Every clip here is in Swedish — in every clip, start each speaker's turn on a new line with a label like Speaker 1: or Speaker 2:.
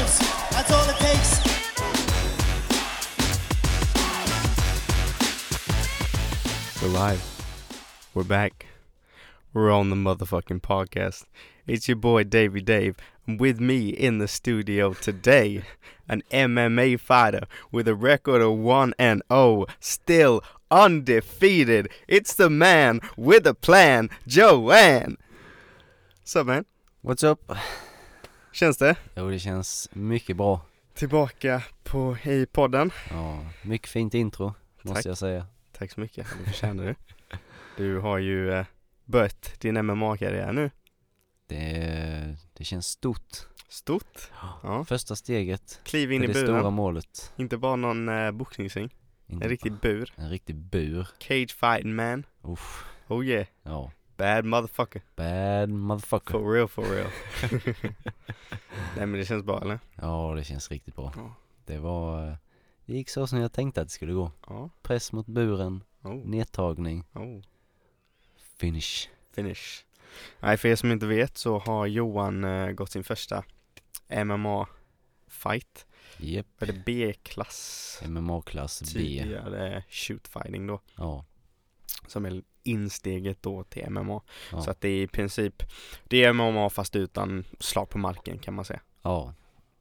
Speaker 1: that's all it takes.
Speaker 2: We're live. We're back. We're on the motherfucking podcast. It's your boy Davey Dave. and With me in the studio today, an MMA fighter with a record of 1 and 0, still undefeated. It's the man with a plan, Joanne. What's up man?
Speaker 3: What's up?
Speaker 2: Känns det?
Speaker 3: Jo det känns mycket bra.
Speaker 2: Tillbaka på, i podden.
Speaker 3: Ja, mycket fint intro måste
Speaker 2: Tack.
Speaker 3: jag säga.
Speaker 2: Tack så mycket, det förtjänar du. Du har ju eh, börjat din MMA-karriär nu.
Speaker 3: Det, det känns stort.
Speaker 2: Stort. Ja.
Speaker 3: Första steget
Speaker 2: Kliv in
Speaker 3: till
Speaker 2: i
Speaker 3: det
Speaker 2: buren.
Speaker 3: stora målet.
Speaker 2: Inte bara någon eh, boxningsring,
Speaker 3: Inte-
Speaker 2: en riktig bur.
Speaker 3: en riktig bur.
Speaker 2: Cage fighting man.
Speaker 3: Uff.
Speaker 2: Oh yeah.
Speaker 3: Ja,
Speaker 2: Bad motherfucker.
Speaker 3: bad motherfucker.
Speaker 2: For real, for real. Nej men det känns bra eller?
Speaker 3: Ja det känns riktigt bra.
Speaker 2: Ja.
Speaker 3: Det var, eh, det gick så som jag tänkte att det skulle gå.
Speaker 2: Ja.
Speaker 3: Press mot buren,
Speaker 2: Oh,
Speaker 3: nedtagning,
Speaker 2: oh.
Speaker 3: finish.
Speaker 2: Finish. Nej för er som inte vet så har Johan eh, gått sin första MMA fight.
Speaker 3: Jep,
Speaker 2: Eller B-klass.
Speaker 3: MMA-klass B.
Speaker 2: Tidigare shoot fighting då.
Speaker 3: Ja,
Speaker 2: Som är insteget då till MMA.
Speaker 3: Ja.
Speaker 2: Så att det är i princip, det är MMA fast utan slag på marken kan man säga.
Speaker 3: ja.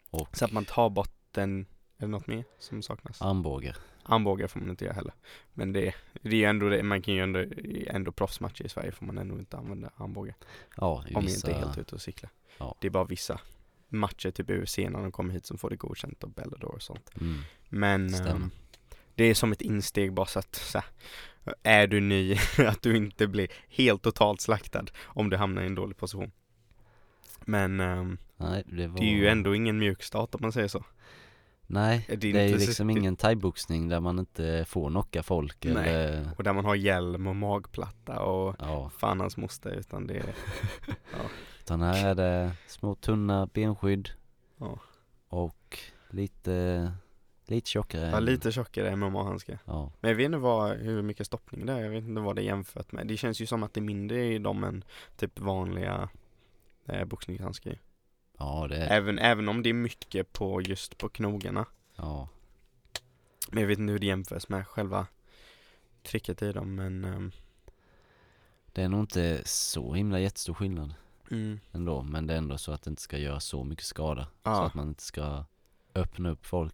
Speaker 3: Och
Speaker 2: Så att man tar bort den, är det något mer som saknas?
Speaker 3: armbågar.
Speaker 2: Armbågar får man inte göra heller. Men det, det är ju ändå det, man kan ju ändå, i ändå proffsmatcher i Sverige får man ändå inte använda armbågar.
Speaker 3: Ja, i
Speaker 2: Om
Speaker 3: vissa...
Speaker 2: vi inte är helt ute och cyklar.
Speaker 3: Ja.
Speaker 2: Det är bara vissa matcher, typ i UFC när de kommer hit som får det godkänt av Bellador och sånt.
Speaker 3: Mm.
Speaker 2: Men ehm,
Speaker 3: Stämmer.
Speaker 2: det är som ett insteg bara så att så här, är du ny, att du inte blir helt totalt slaktad om du hamnar i en dålig position. Men ehm,
Speaker 3: Nej, det var...
Speaker 2: det är ju ändå ingen mjuk start om man säger så.
Speaker 3: Nej,
Speaker 2: Det är
Speaker 3: det, är ju
Speaker 2: inte så-
Speaker 3: liksom
Speaker 2: det-
Speaker 3: ingen thaiboxning där man inte får knocka folk
Speaker 2: Nej.
Speaker 3: eller...
Speaker 2: Och där man har hjälm och magplatta och
Speaker 3: Ja,
Speaker 2: fan hans moster utan det är,
Speaker 3: utan här är det små tunna benskydd
Speaker 2: Ja.
Speaker 3: och lite, lite tjockare
Speaker 2: ja,
Speaker 3: än-
Speaker 2: lite tjockare MMA-handskar.
Speaker 3: Ja,
Speaker 2: Men jag vet inte vad, hur mycket stoppning det är, jag vet inte vad det är jämfört med. Det känns ju som att det är mindre i dem än typ vanliga eh, boxningshandskar.
Speaker 3: ja det är...
Speaker 2: Även, även om det är mycket på just på knogarna.
Speaker 3: Ja,
Speaker 2: Men jag vet inte hur det jämförs med själva tricket i dem men ehm,
Speaker 3: det är nog inte så himla jättestor skillnad
Speaker 2: mm,
Speaker 3: ändå men det är ändå så att det inte ska göra så mycket skada så
Speaker 2: ja.
Speaker 3: att man inte ska öppna upp folk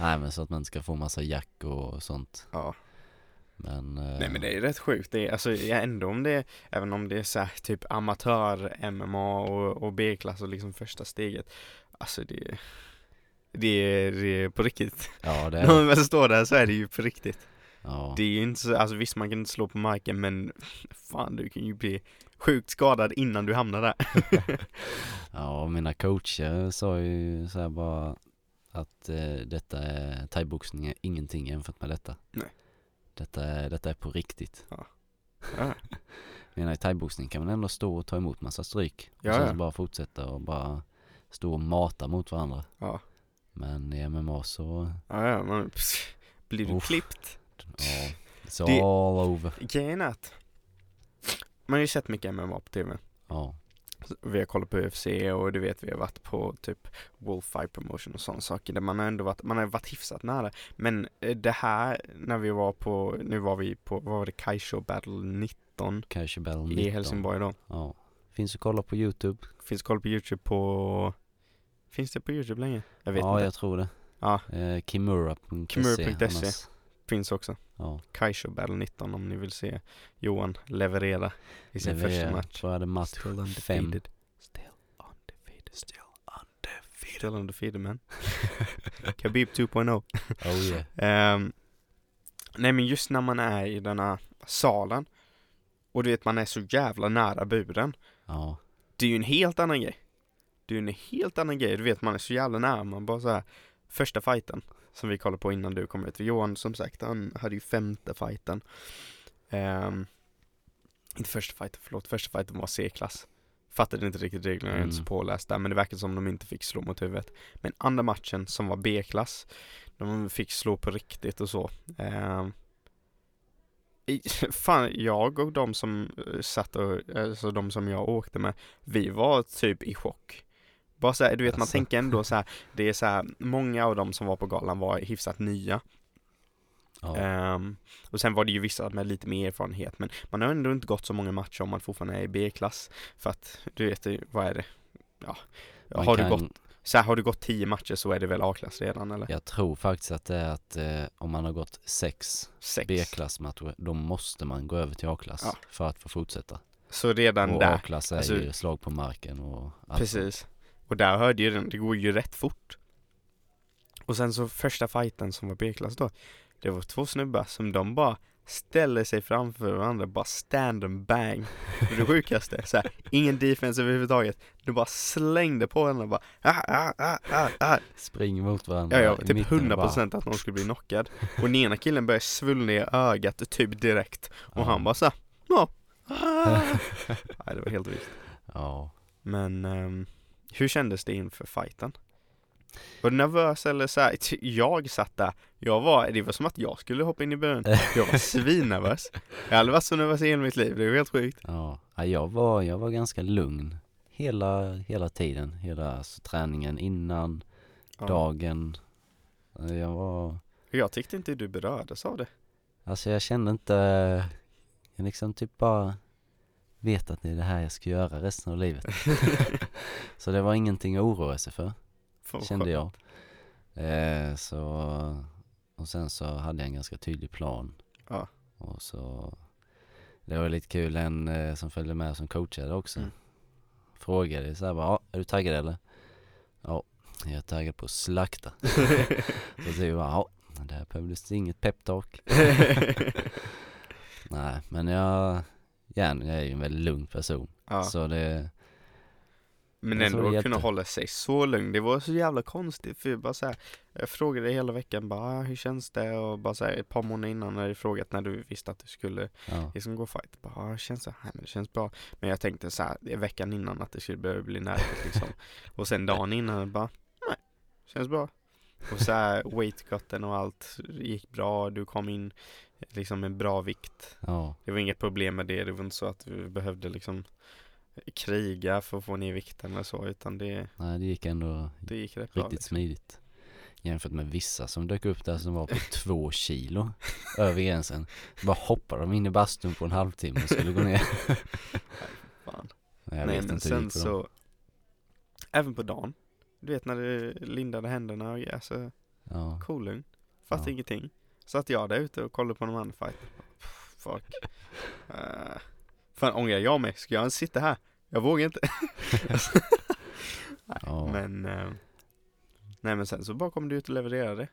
Speaker 3: Nej men så att man inte ska få massa jack och sånt
Speaker 2: ja.
Speaker 3: men... eh,
Speaker 2: Nej men det är ju rätt sjukt, det är, alltså ja, ändå om det, även om det är så här, typ amatör-MMA och, och B-klass och liksom första steget Alltså det, det, är, det är på riktigt
Speaker 3: Ja det
Speaker 2: När
Speaker 3: är det.
Speaker 2: man väl står där så är det ju på riktigt
Speaker 3: Ja,
Speaker 2: Det är ju inte så, alltså visst man kan inte slå på marken men fan du kan ju bli sjukt skadad innan du hamnar där
Speaker 3: Ja, och mina coacher sa ju så här bara att eh, detta är, thaiboxning är ingenting jämfört med detta.
Speaker 2: Nej.
Speaker 3: Detta är, detta är på riktigt.
Speaker 2: Ja. Ja.
Speaker 3: Men i thaiboxning kan man ändå stå och ta emot massa stryk.
Speaker 2: Ja,
Speaker 3: och sen
Speaker 2: ja.
Speaker 3: så bara fortsätta och bara stå och mata mot varandra.
Speaker 2: Ja,
Speaker 3: Men i MMA så,
Speaker 2: ja, ja man, pss, blir du
Speaker 3: Uff.
Speaker 2: klippt
Speaker 3: ja, it's
Speaker 2: Det-
Speaker 3: all over.
Speaker 2: Grejen är att man har ju sett mycket MMA på TV.
Speaker 3: Ja,
Speaker 2: Vi har kollat på UFC och du vet vi har varit på typ Wolf Fight Promotion och sådana saker där man har ändå varit, man har varit hyfsat nära. Men eh, det här när vi var på, nu var vi på, vad var det, Kaisho Battle 19
Speaker 3: Cashew Battle 19.
Speaker 2: i Helsingborg då.
Speaker 3: Ja. Finns att kolla på YouTube.
Speaker 2: Finns koll på Youtube på, finns det på Youtube länge? Jag vet
Speaker 3: ja,
Speaker 2: inte.
Speaker 3: jag tror det.
Speaker 2: Ja.
Speaker 3: Eh, Kimura.se.
Speaker 2: Kimura.se.
Speaker 3: annars.
Speaker 2: Finns också.
Speaker 3: Ja.
Speaker 2: Kaisho Battle 19 om ni vill se Johan leverera i sin första match.
Speaker 3: Så är det match fem.
Speaker 2: Still undefeated. Still undefeated. Still undefeated man. Khabib 2.0.
Speaker 3: Oh yeah.
Speaker 2: Ehm, nej men just när man är i den här salen och du vet man är så jävla nära buren.
Speaker 3: Ja,
Speaker 2: Det är ju en helt annan grej. Det är ju en helt annan grej. Du vet man är så jävla nära. Man bara så här. Första fighten som vi kollade på innan du kom ut. För Johan som sagt han hade ju femte fighten. Ehm, inte första fighten, förlåt. Första fighten var C-klass. Fattade inte riktigt reglerna, jag är inte så
Speaker 3: Mm.
Speaker 2: påläst där. Men det verkar som de inte fick slå mot huvudet. Men andra matchen som var B-klass. De fick slå på riktigt och så. Ehm, i- Fan, jag och de som eh, satt och, alltså de som jag åkte med, vi var typ i chock. Bara så här, du vet man
Speaker 3: Alltså.
Speaker 2: tänker ändå så här, det är så här, många av dem som var på galan var hyfsat nya.
Speaker 3: Ja.
Speaker 2: Ehm, och sen var det ju vissa med lite mer erfarenhet, men man har ändå inte gått så många matcher om man fortfarande är i B-klass. För att, du vet, det- vad är det? Ja,
Speaker 3: Man
Speaker 2: har du
Speaker 3: kan-
Speaker 2: gått så här, har du gått tio matcher så är det väl A-klass redan eller?
Speaker 3: Jag tror faktiskt att det är att eh, om man har gått sex
Speaker 2: Sex.
Speaker 3: B-klassmatcher, då måste man gå över till A-klass
Speaker 2: Ja.
Speaker 3: för att få fortsätta.
Speaker 2: Så redan
Speaker 3: och
Speaker 2: där,
Speaker 3: A-klass är
Speaker 2: alltså-
Speaker 3: ju slag på marken och allt.
Speaker 2: precis. Och där hörde ju den, det går ju rätt fort. Och sen så första fighten som var B-klass då, det var två snubbar som de bara ställer sig framför varandra, bara stand and bang. Det är det sjukaste, så här, ingen defense överhuvudtaget. De bara slängde på varandra och bara ah, ah, ah, ah, ah.
Speaker 3: Springer mot varandra
Speaker 2: Ja, ja,
Speaker 3: i
Speaker 2: typ
Speaker 3: mitten och
Speaker 2: 100%
Speaker 3: bara-
Speaker 2: att någon skulle bli knockad. Och den ena killen började svullna i ögat typ direkt. Och
Speaker 3: Ja.
Speaker 2: han bara såhär, ja. Ah. Nej det var helt vilt.
Speaker 3: Ja.
Speaker 2: Men ehm, hur kändes det inför fighten? Var du nervös eller såhär? Ty- Jag satt där, jag var, det var som att jag skulle hoppa in i buren. Jag var svinnervös. Jag har aldrig varit så nervös i hela mitt liv, det är helt sjukt.
Speaker 3: Ja, ja jag, var, jag var ganska lugn hela, hela tiden, hela alltså, träningen innan,
Speaker 2: Ja.
Speaker 3: dagen. Eh, Jag var,
Speaker 2: Jag tyckte inte du berördes av det.
Speaker 3: alltså jag kände inte, jag liksom typ bara vet att det är det här jag ska göra resten av livet. så det var ingenting att oroa sig för,
Speaker 2: Fan, vad
Speaker 3: kände
Speaker 2: skönt.
Speaker 3: jag. Eh, så, och sen så hade jag en ganska tydlig plan.
Speaker 2: Ja.
Speaker 3: Och så, det var lite kul, en eh, som följde med som coachade också.
Speaker 2: Mm.
Speaker 3: Frågade så här bara, "Ja, är du taggad eller? Ja, jag är taggad på att slakta. så typ bara, ja, det här behövdes inget peptalk. Nej, men jag, gärna, jag är ju en väldigt lugn person.
Speaker 2: Ja.
Speaker 3: Så det,
Speaker 2: Men
Speaker 3: Jag tror
Speaker 2: ändå
Speaker 3: det
Speaker 2: kunna
Speaker 3: hjälpte.
Speaker 2: hålla sig så lugn, det var så jävla konstigt för jag bara så här, Jag frågade hela veckan bara "Ah, hur känns det? Och bara så här, ett par månader innan hade jag frågat när du visste att du skulle
Speaker 3: ja.
Speaker 2: liksom gå fight bara "Ah, känns det? Nej men det känns bra Men jag tänkte så här, veckan innan att det skulle börja bli nervigt liksom Och sen dagen innan bara nej, känns bra Och så här weightcutten och allt gick bra, du kom in liksom med bra vikt
Speaker 3: ja.
Speaker 2: det var inget problem med det, det var inte så att vi behövde liksom kriga för att få ner vikten eller så, utan det,
Speaker 3: Nej, det gick ändå
Speaker 2: det gick rätt bra.
Speaker 3: Riktigt smidigt. Jämfört med vissa som dök upp där som var på två kilo över gränsen. Bara hoppade de in i bastun på en halvtimme och skulle gå ner.
Speaker 2: Fan.
Speaker 3: Nej, jag
Speaker 2: Nej
Speaker 3: vet
Speaker 2: men
Speaker 3: inte hur det
Speaker 2: sen
Speaker 3: gick för dem.
Speaker 2: så, även på dagen, du vet när du lindade händerna och alltså
Speaker 3: Ja,
Speaker 2: kolugn, fast
Speaker 3: Ja.
Speaker 2: ingenting. Satt jag där ute och kollade på de andra fighterna. Pff, Fuck. Eh, fan ångrar jag mig? Ska jag ens sitta här? Jag vågar inte.
Speaker 3: ja.
Speaker 2: Men eh, Nej men sen så bara kom du ut och levererade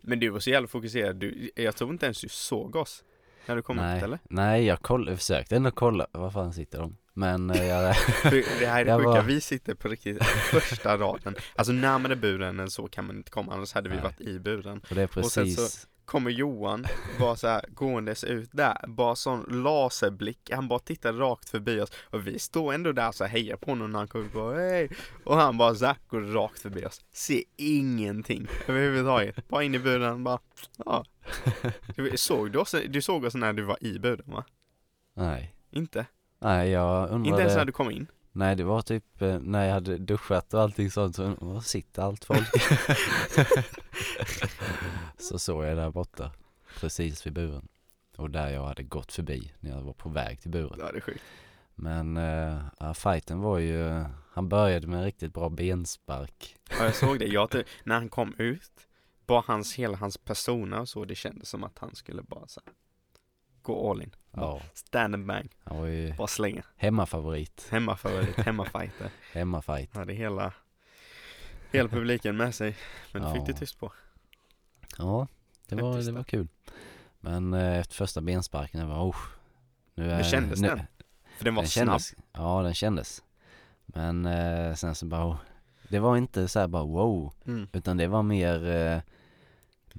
Speaker 2: Men du var så jävla fokuserad, du, jag tror inte ens du såg oss När du kom
Speaker 3: Nej.
Speaker 2: ut eller?
Speaker 3: Nej, jag koll- jag försökte ändå kolla, var fan sitter de? Men eh, jag,
Speaker 2: För det här är det
Speaker 3: Jag
Speaker 2: sjuka,
Speaker 3: var-
Speaker 2: vi sitter på riktigt första raden Alltså närmare buren än så kan man inte komma, annars hade vi
Speaker 3: Nej.
Speaker 2: varit i buren
Speaker 3: och det är
Speaker 2: Och sen så-
Speaker 3: precis,
Speaker 2: Kommer Johan, bara så här gåendes ut där, bara sån laserblick, han bara tittar rakt förbi oss Och vi står ändå där så här, hejar på honom när han kommer på hej Och han bara så här, går rakt förbi oss, ser ingenting överhuvudtaget, bara in i buren bara ja du, Såg du oss, du såg oss när du var i buren va?
Speaker 3: nej.
Speaker 2: Inte?
Speaker 3: Nej, jag
Speaker 2: Inte ens när
Speaker 3: undrade,
Speaker 2: du kom in?
Speaker 3: nej det var typ eh, när jag hade duschat och allting sånt, så undrade, var sitter allt folk? så såg jag där borta, precis vid buren. Och där jag hade gått förbi när jag var på väg till buren.
Speaker 2: Ja det är sjukt
Speaker 3: Men eh, ja, fighten var ju, han började med en riktigt bra benspark.
Speaker 2: Ja jag såg det, jag, ty- när han kom ut, bara hans, hela hans persona och så, det kändes som att han skulle bara så här, gå all in
Speaker 3: Ja,
Speaker 2: Stand and bang,
Speaker 3: han var ju
Speaker 2: bara slänga
Speaker 3: hemmafavorit,
Speaker 2: Hemmafavorit, hemmafighter.
Speaker 3: hemmafight.
Speaker 2: Hade hela, hela publiken med sig. Men det fick du
Speaker 3: Ja.
Speaker 2: tyst på.
Speaker 3: Ja, det var,
Speaker 2: Faktiskt
Speaker 3: det
Speaker 2: det.
Speaker 3: var kul. Men eh, efter första bensparken, jag var oh, nu är,
Speaker 2: Hur kändes
Speaker 3: nu,
Speaker 2: den? För den var
Speaker 3: den
Speaker 2: snabb.
Speaker 3: kändes, Ja, den kändes. Men eh, sen så bara, oh, det var inte så här bara wow,
Speaker 2: Mm.
Speaker 3: utan det var mer, eh,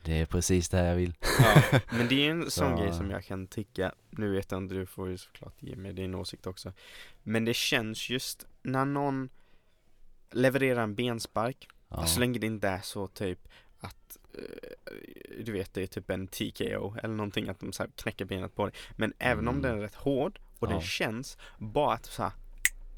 Speaker 3: det är precis det här jag vill.
Speaker 2: Ja. Men det är en sån
Speaker 3: Så-
Speaker 2: grej som jag kan tycka, nu vet jag inte, du får ju såklart ge mig din åsikt också. Men det känns just när någon levererar en benspark,
Speaker 3: Ja,
Speaker 2: Alltså, så länge det inte är så typ att eh, du vet det är typ en TKO eller någonting att de så här knäcker benet på dig. Men även om
Speaker 3: Mm.
Speaker 2: den är rätt hård och den
Speaker 3: Ja.
Speaker 2: känns, bara att så här,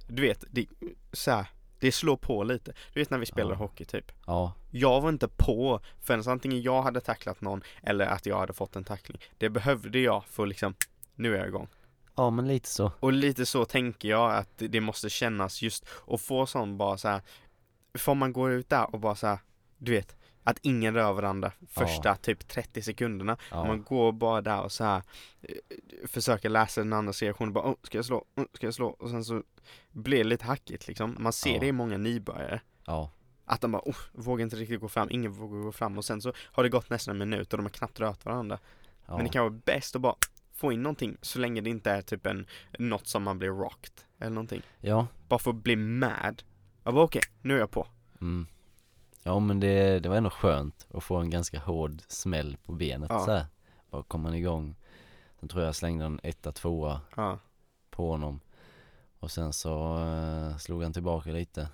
Speaker 2: du vet, det, så här, Det slår på lite. Du vet när vi spelade
Speaker 3: Ja.
Speaker 2: hockey typ.
Speaker 3: Ja,
Speaker 2: Jag var inte på förrän antingen jag hade tacklat någon eller att jag hade fått en tackling. Det behövde jag för liksom, nu är jag igång.
Speaker 3: ja men lite så.
Speaker 2: Och lite så tänker jag att det- det måste kännas just att få sån bara så här. Får man gå ut där och bara så här, du vet, att ingen rör varandra första typ 30 sekunderna.
Speaker 3: Ja.
Speaker 2: Man går bara där och så här eh, försöker läsa den andras reaktion bara, oh, ska jag slå, oh, ska jag slå? Och sen så blir det lite hackigt liksom. Man ser
Speaker 3: Ja.
Speaker 2: det i många nybörjare.
Speaker 3: Ja,
Speaker 2: Att de bara, oh, vågar inte riktigt gå fram, ingen vågar gå fram och sen så har det gått nästan en minut och de har knappt rört varandra.
Speaker 3: ja.
Speaker 2: Men det kan vara bäst att bara få in någonting så länge det inte är typ en, något som man blir rocked eller någonting.
Speaker 3: ja.
Speaker 2: Bara för att bli mad. Jag bara okej, nu är jag på.
Speaker 3: Mm. Ja men det, det var ändå skönt att få en ganska hård smäll på benet
Speaker 2: Ja.
Speaker 3: så här. Bara kom man igång. Sen tror jag slängde en etta, tvåa
Speaker 2: Ja,
Speaker 3: på honom. Och sen så eh, slog han tillbaka lite.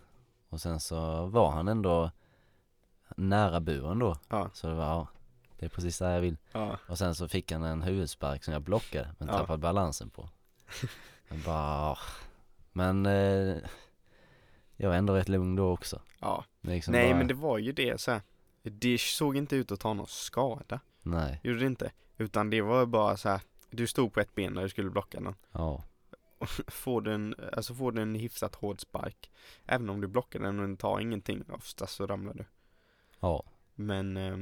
Speaker 3: Och sen så var han ändå nära buren då.
Speaker 2: Ja.
Speaker 3: Så det var, ja, det är precis där jag vill.
Speaker 2: ja,
Speaker 3: Och sen så fick han en huvudspark som jag blockade men
Speaker 2: Ja.
Speaker 3: tappade balansen på. Jag bara, "Ah." men eh, jag var ändå rätt lugn då också.
Speaker 2: ja.
Speaker 3: Liksom
Speaker 2: Nej
Speaker 3: bara,
Speaker 2: men det var ju det så här. Det såg inte ut att ta någon skada.
Speaker 3: Nej,
Speaker 2: Gjorde det inte. Utan det var bara så här. Du stod på ett ben när du skulle blocka den.
Speaker 3: ja.
Speaker 2: Får du en, alltså får du en hyfsat hård spark. Även om du blockar den och den tar ingenting. Oftast så ramlar du.
Speaker 3: Ja,
Speaker 2: Men eh,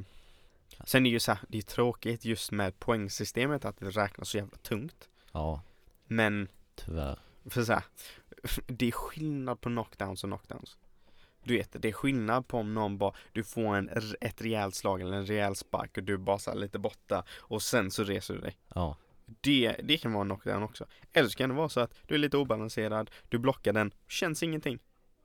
Speaker 2: sen är ju så här, det är tråkigt just med poängsystemet att det räknas så jävla tungt.
Speaker 3: ja,
Speaker 2: Men
Speaker 3: tyvärr.
Speaker 2: för så här, det är skillnad på knockdowns och knockdowns. Du vet, det är skillnad på om någon bara, du får en, r- ett rejält slag eller en rejäl spark och du bara så här lite borta och sen så reser du dig.
Speaker 3: Ja,
Speaker 2: Det, det kan vara en knockdown också. Eller så kan det vara så att du är lite obalanserad, du blockar den, känns ingenting,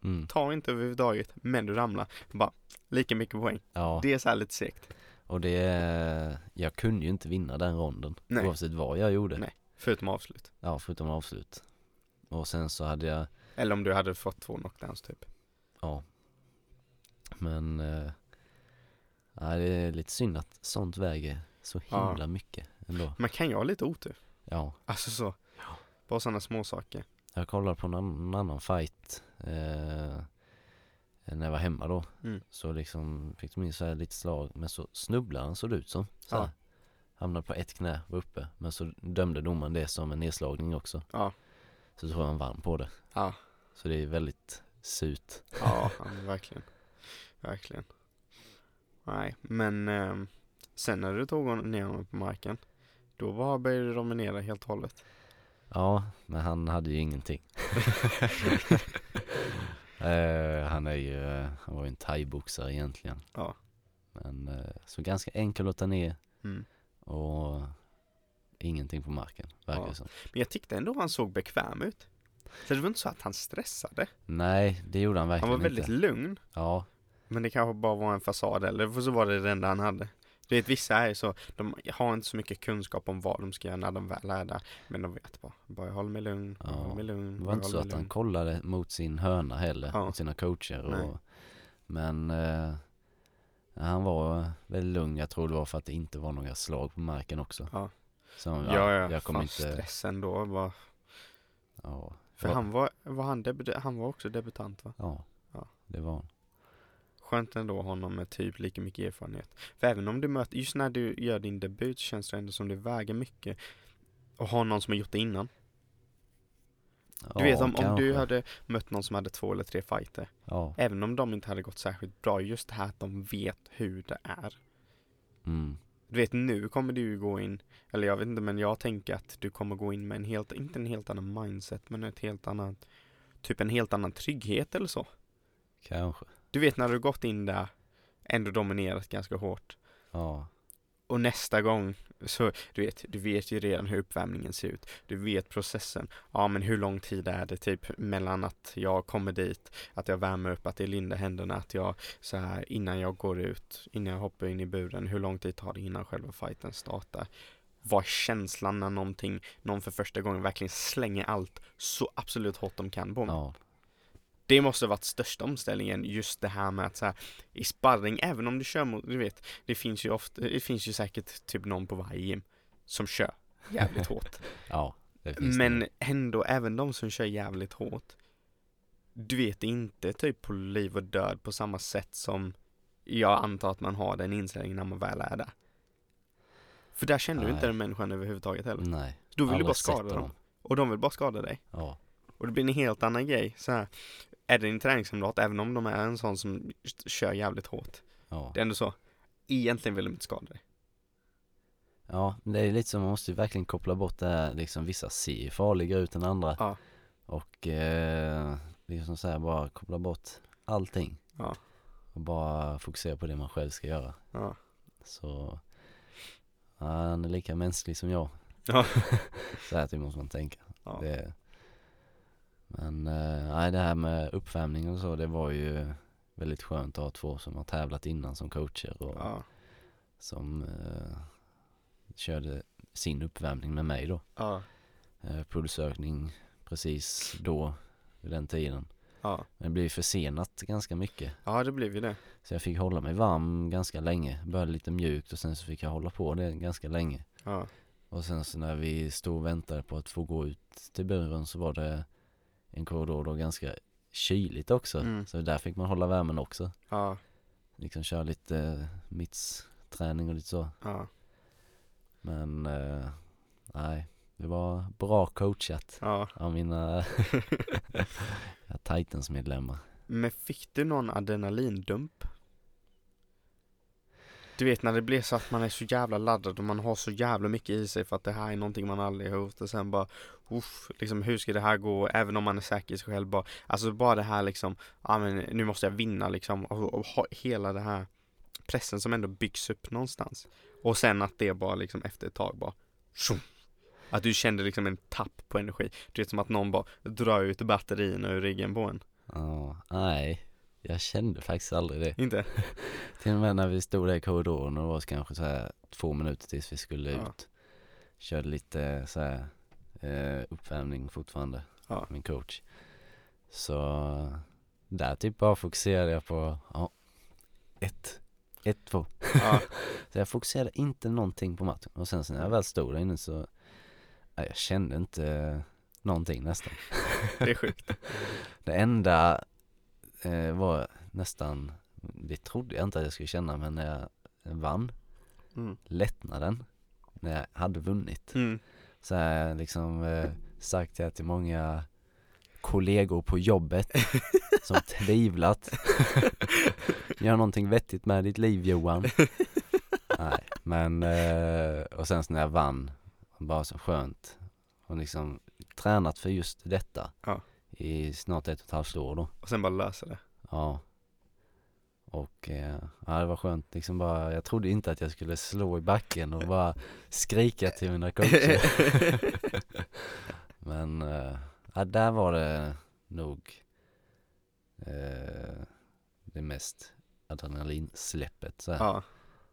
Speaker 3: mm.
Speaker 2: tar inte överhuvudtaget, men du ramlar. Bara, lika mycket poäng.
Speaker 3: ja.
Speaker 2: Det är så här lite segt.
Speaker 3: Och det, eh, jag kunde ju inte vinna den ronden.
Speaker 2: Nej.
Speaker 3: Oavsett vad jag gjorde.
Speaker 2: Nej. Förutom avslut.
Speaker 3: Ja, förutom avslut. Och sen så hade jag,
Speaker 2: Eller om du hade fått två knockdowns typ.
Speaker 3: ja. Men, eh, ja, det är lite synd att sånt väger så
Speaker 2: Ja.
Speaker 3: himla mycket ändå.
Speaker 2: Man kan ju ha lite otur.
Speaker 3: Ja.
Speaker 2: Alltså så. Bara sådana små saker.
Speaker 3: Jag kollade på en annan, en annan fight eh, när jag var hemma då.
Speaker 2: Mm.
Speaker 3: Så liksom fick de in så här lite slag, men så snubblade han såg det ut som. Så
Speaker 2: Ja.
Speaker 3: här. Hamnade på ett knä, var uppe. Men så dömde domaren det som en nedslagning också.
Speaker 2: Ja.
Speaker 3: Så tror jag han vann på det.
Speaker 2: Ja.
Speaker 3: Så det är väldigt surt.
Speaker 2: Ja, ja, men verkligen. Verkligen. Nej, men ehm, sen när du tog hon- ner honom på marken, då bara började du dominera helt och hållet.
Speaker 3: Ja, men han hade ju ingenting. eh, han är ju, eh, han var ju en thaiboxare egentligen.
Speaker 2: Ja.
Speaker 3: Men eh, så ganska enkel att ta ner.
Speaker 2: Mm.
Speaker 3: och ingenting på marken, verkar det
Speaker 2: Ja.
Speaker 3: som.
Speaker 2: Men jag tyckte ändå han såg bekväm ut. Så det var inte så att han stressade.
Speaker 3: Nej, det gjorde han verkligen
Speaker 2: Han var väldigt
Speaker 3: inte.
Speaker 2: lugn.
Speaker 3: Ja,
Speaker 2: Men det kanske bara var en fasad eller så var det det enda han hade. Du vet vissa är så, de har inte så mycket kunskap om vad de ska göra när de väl är där. Men de vet bara, bara jag håller mig lugn, jag
Speaker 3: Ja,
Speaker 2: håller mig lugn.
Speaker 3: det var
Speaker 2: jag
Speaker 3: inte så
Speaker 2: håller
Speaker 3: att
Speaker 2: mig
Speaker 3: han
Speaker 2: lugn.
Speaker 3: kollade mot sin hörna heller,
Speaker 2: Ja.
Speaker 3: mot sina coacher
Speaker 2: Nej.
Speaker 3: och Men eh, han var väldigt lugn, jag tror det var för att det inte var några slag på marken också
Speaker 2: Ja.
Speaker 3: Så han,
Speaker 2: Ja, ja,
Speaker 3: jag kommer
Speaker 2: fan,
Speaker 3: inte,
Speaker 2: stressen då bara.
Speaker 3: ja,
Speaker 2: För
Speaker 3: Ja.
Speaker 2: han var, var han, debut, han var också debutant va?
Speaker 3: ja,
Speaker 2: Ja.
Speaker 3: det var han.
Speaker 2: Skönt ändå honom med typ lika mycket erfarenhet. För även om du möter, just när du gör din debut så känns det ändå som det väger mycket att ha någon som har gjort det innan. Du
Speaker 3: ja,
Speaker 2: vet om, om du
Speaker 3: kanske.
Speaker 2: hade mött någon som hade två eller tre fighter.
Speaker 3: Ja,
Speaker 2: Även om de inte hade gått särskilt bra, just det här att de vet hur det är.
Speaker 3: mm,
Speaker 2: Du vet nu kommer du ju gå in, eller jag vet inte men jag tänker att du kommer gå in med en helt, inte en helt annan mindset men ett helt annat, typ en helt annan trygghet eller så.
Speaker 3: kanske,
Speaker 2: Du vet när du gått in där, ändå dominerat ganska hårt.
Speaker 3: ja,
Speaker 2: Och nästa gång så, du vet, du vet ju redan hur uppvärmningen ser ut. Du vet processen. Ja men hur lång tid är det typ mellan att jag kommer dit, att jag värmer upp, att jag lindar händerna, att jag så här innan jag går ut, innan jag hoppar in i buren, hur lång tid tar det innan själva fighten startar? Vad är känslan när någonting, någon för första gången verkligen slänger allt så absolut hårt de kan på mig?
Speaker 3: ja,
Speaker 2: Det måste ha varit största omställningen, just det här med att så här, i sparring, även om du kör mot, du vet, det finns ju ofta, det finns ju säkert typ någon på varje gym som kör jävligt hårt.
Speaker 3: ja, det finns det.
Speaker 2: Men ändå, även de som kör jävligt hårt, du vet inte typ på liv och död på samma sätt som jag antar att man har den inställningen när man väl är där. För där känner du inte
Speaker 3: Nej.
Speaker 2: den människan överhuvudtaget heller.
Speaker 3: Nej.
Speaker 2: Du vill du
Speaker 3: aldrig
Speaker 2: bara
Speaker 3: sett
Speaker 2: skada dem.
Speaker 3: honom.
Speaker 2: Och de vill bara skada dig.
Speaker 3: Ja.
Speaker 2: Och det blir en helt annan grej. Så här, är det en träningskamrat, även om de är en sån som kör jävligt hårt.
Speaker 3: Ja.
Speaker 2: Det är ändå så. Egentligen vill de inte skada dig.
Speaker 3: Ja, men det är lite som man måste ju verkligen koppla bort det här liksom vissa ser ju farligare ut än andra
Speaker 2: Ja.
Speaker 3: och eh, liksom så här bara koppla bort allting
Speaker 2: Ja.
Speaker 3: och bara fokusera på det man själv ska göra
Speaker 2: Ja.
Speaker 3: så ja, han är lika mänsklig som jag
Speaker 2: Ja.
Speaker 3: så här typ måste man tänka
Speaker 2: Ja.
Speaker 3: det, men eh, nej det här med uppvärmning och så det var ju väldigt skönt att ha två som har tävlat innan som coacher och
Speaker 2: Ja.
Speaker 3: som eh, körde sin uppvärmning med mig då
Speaker 2: Ja.
Speaker 3: eh, pulsökning precis då, vid den tiden.
Speaker 2: Ja.
Speaker 3: Men det blev försenat ganska mycket.
Speaker 2: Ja, det blev ju det.
Speaker 3: Så jag fick hålla mig varm ganska länge. Började lite mjukt och sen så fick jag hålla på det ganska länge.
Speaker 2: Ja.
Speaker 3: Och sen så när vi stod och väntade på att få gå ut till buren så var det en korridor då ganska kyligt också.
Speaker 2: Mm.
Speaker 3: Så där fick man hålla värmen också.
Speaker 2: Ja.
Speaker 3: Liksom köra lite mittsträning och lite så.
Speaker 2: Ja.
Speaker 3: Men eh, nej, det var bra coachat
Speaker 2: Ja.
Speaker 3: av mina ja, Titans-medlemmar.
Speaker 2: Men fick du någon adrenalindump? Du vet när det blir så att man är så jävla laddad och man har så jävla mycket i sig för att det här är någonting man aldrig har gjort och sen bara uff, liksom hur ska det här gå? Även om man är säker i sig själv bara, alltså bara det här liksom, ja men nu måste jag vinna liksom och, och ha hela det här pressen som ändå byggs upp någonstans. Och sen att det bara liksom efter ett tag bara tjong. att du kände liksom en tapp på energi. Du vet som att någon bara drar ut batterierna ur ryggen på en.
Speaker 3: Ja, nej. Jag kände faktiskt aldrig det.
Speaker 2: Inte?
Speaker 3: Till och med när vi stod där i korridoren och det var kanske så här två minuter tills vi skulle
Speaker 2: Ja.
Speaker 3: ut. Körde lite så här eh, uppvärmning fortfarande.
Speaker 2: Ja.
Speaker 3: Min coach. Så där typ bara fokuserade jag på, ja, ett, ett, två.
Speaker 2: Ja.
Speaker 3: Så jag fokuserade inte någonting på matchen. Och sen så när jag väl stod där inne så, nej, jag kände inte någonting nästan.
Speaker 2: Det är sjukt.
Speaker 3: Det enda eh, var nästan, det trodde jag inte att jag skulle känna men när jag vann,
Speaker 2: Mm.
Speaker 3: lättnaden när jag hade vunnit.
Speaker 2: Mm.
Speaker 3: Så har jag liksom eh, sagt det till många kollegor på jobbet som tvivlat. Gör någonting vettigt med ditt liv Johan. Nej, men eh, och sen så när jag vann, bara så skönt. Och liksom tränat för just detta
Speaker 2: Ja.
Speaker 3: i snart ett och ett halvt år då.
Speaker 2: Och sen bara lösa det.
Speaker 3: Ja. Och eh, ja, det var skönt liksom bara, jag trodde inte att jag skulle slå i backen och bara skrika till mina coacher. Men eh, ja, där var det nog eh, det mest adrenalinsläppet så här.
Speaker 2: Ja.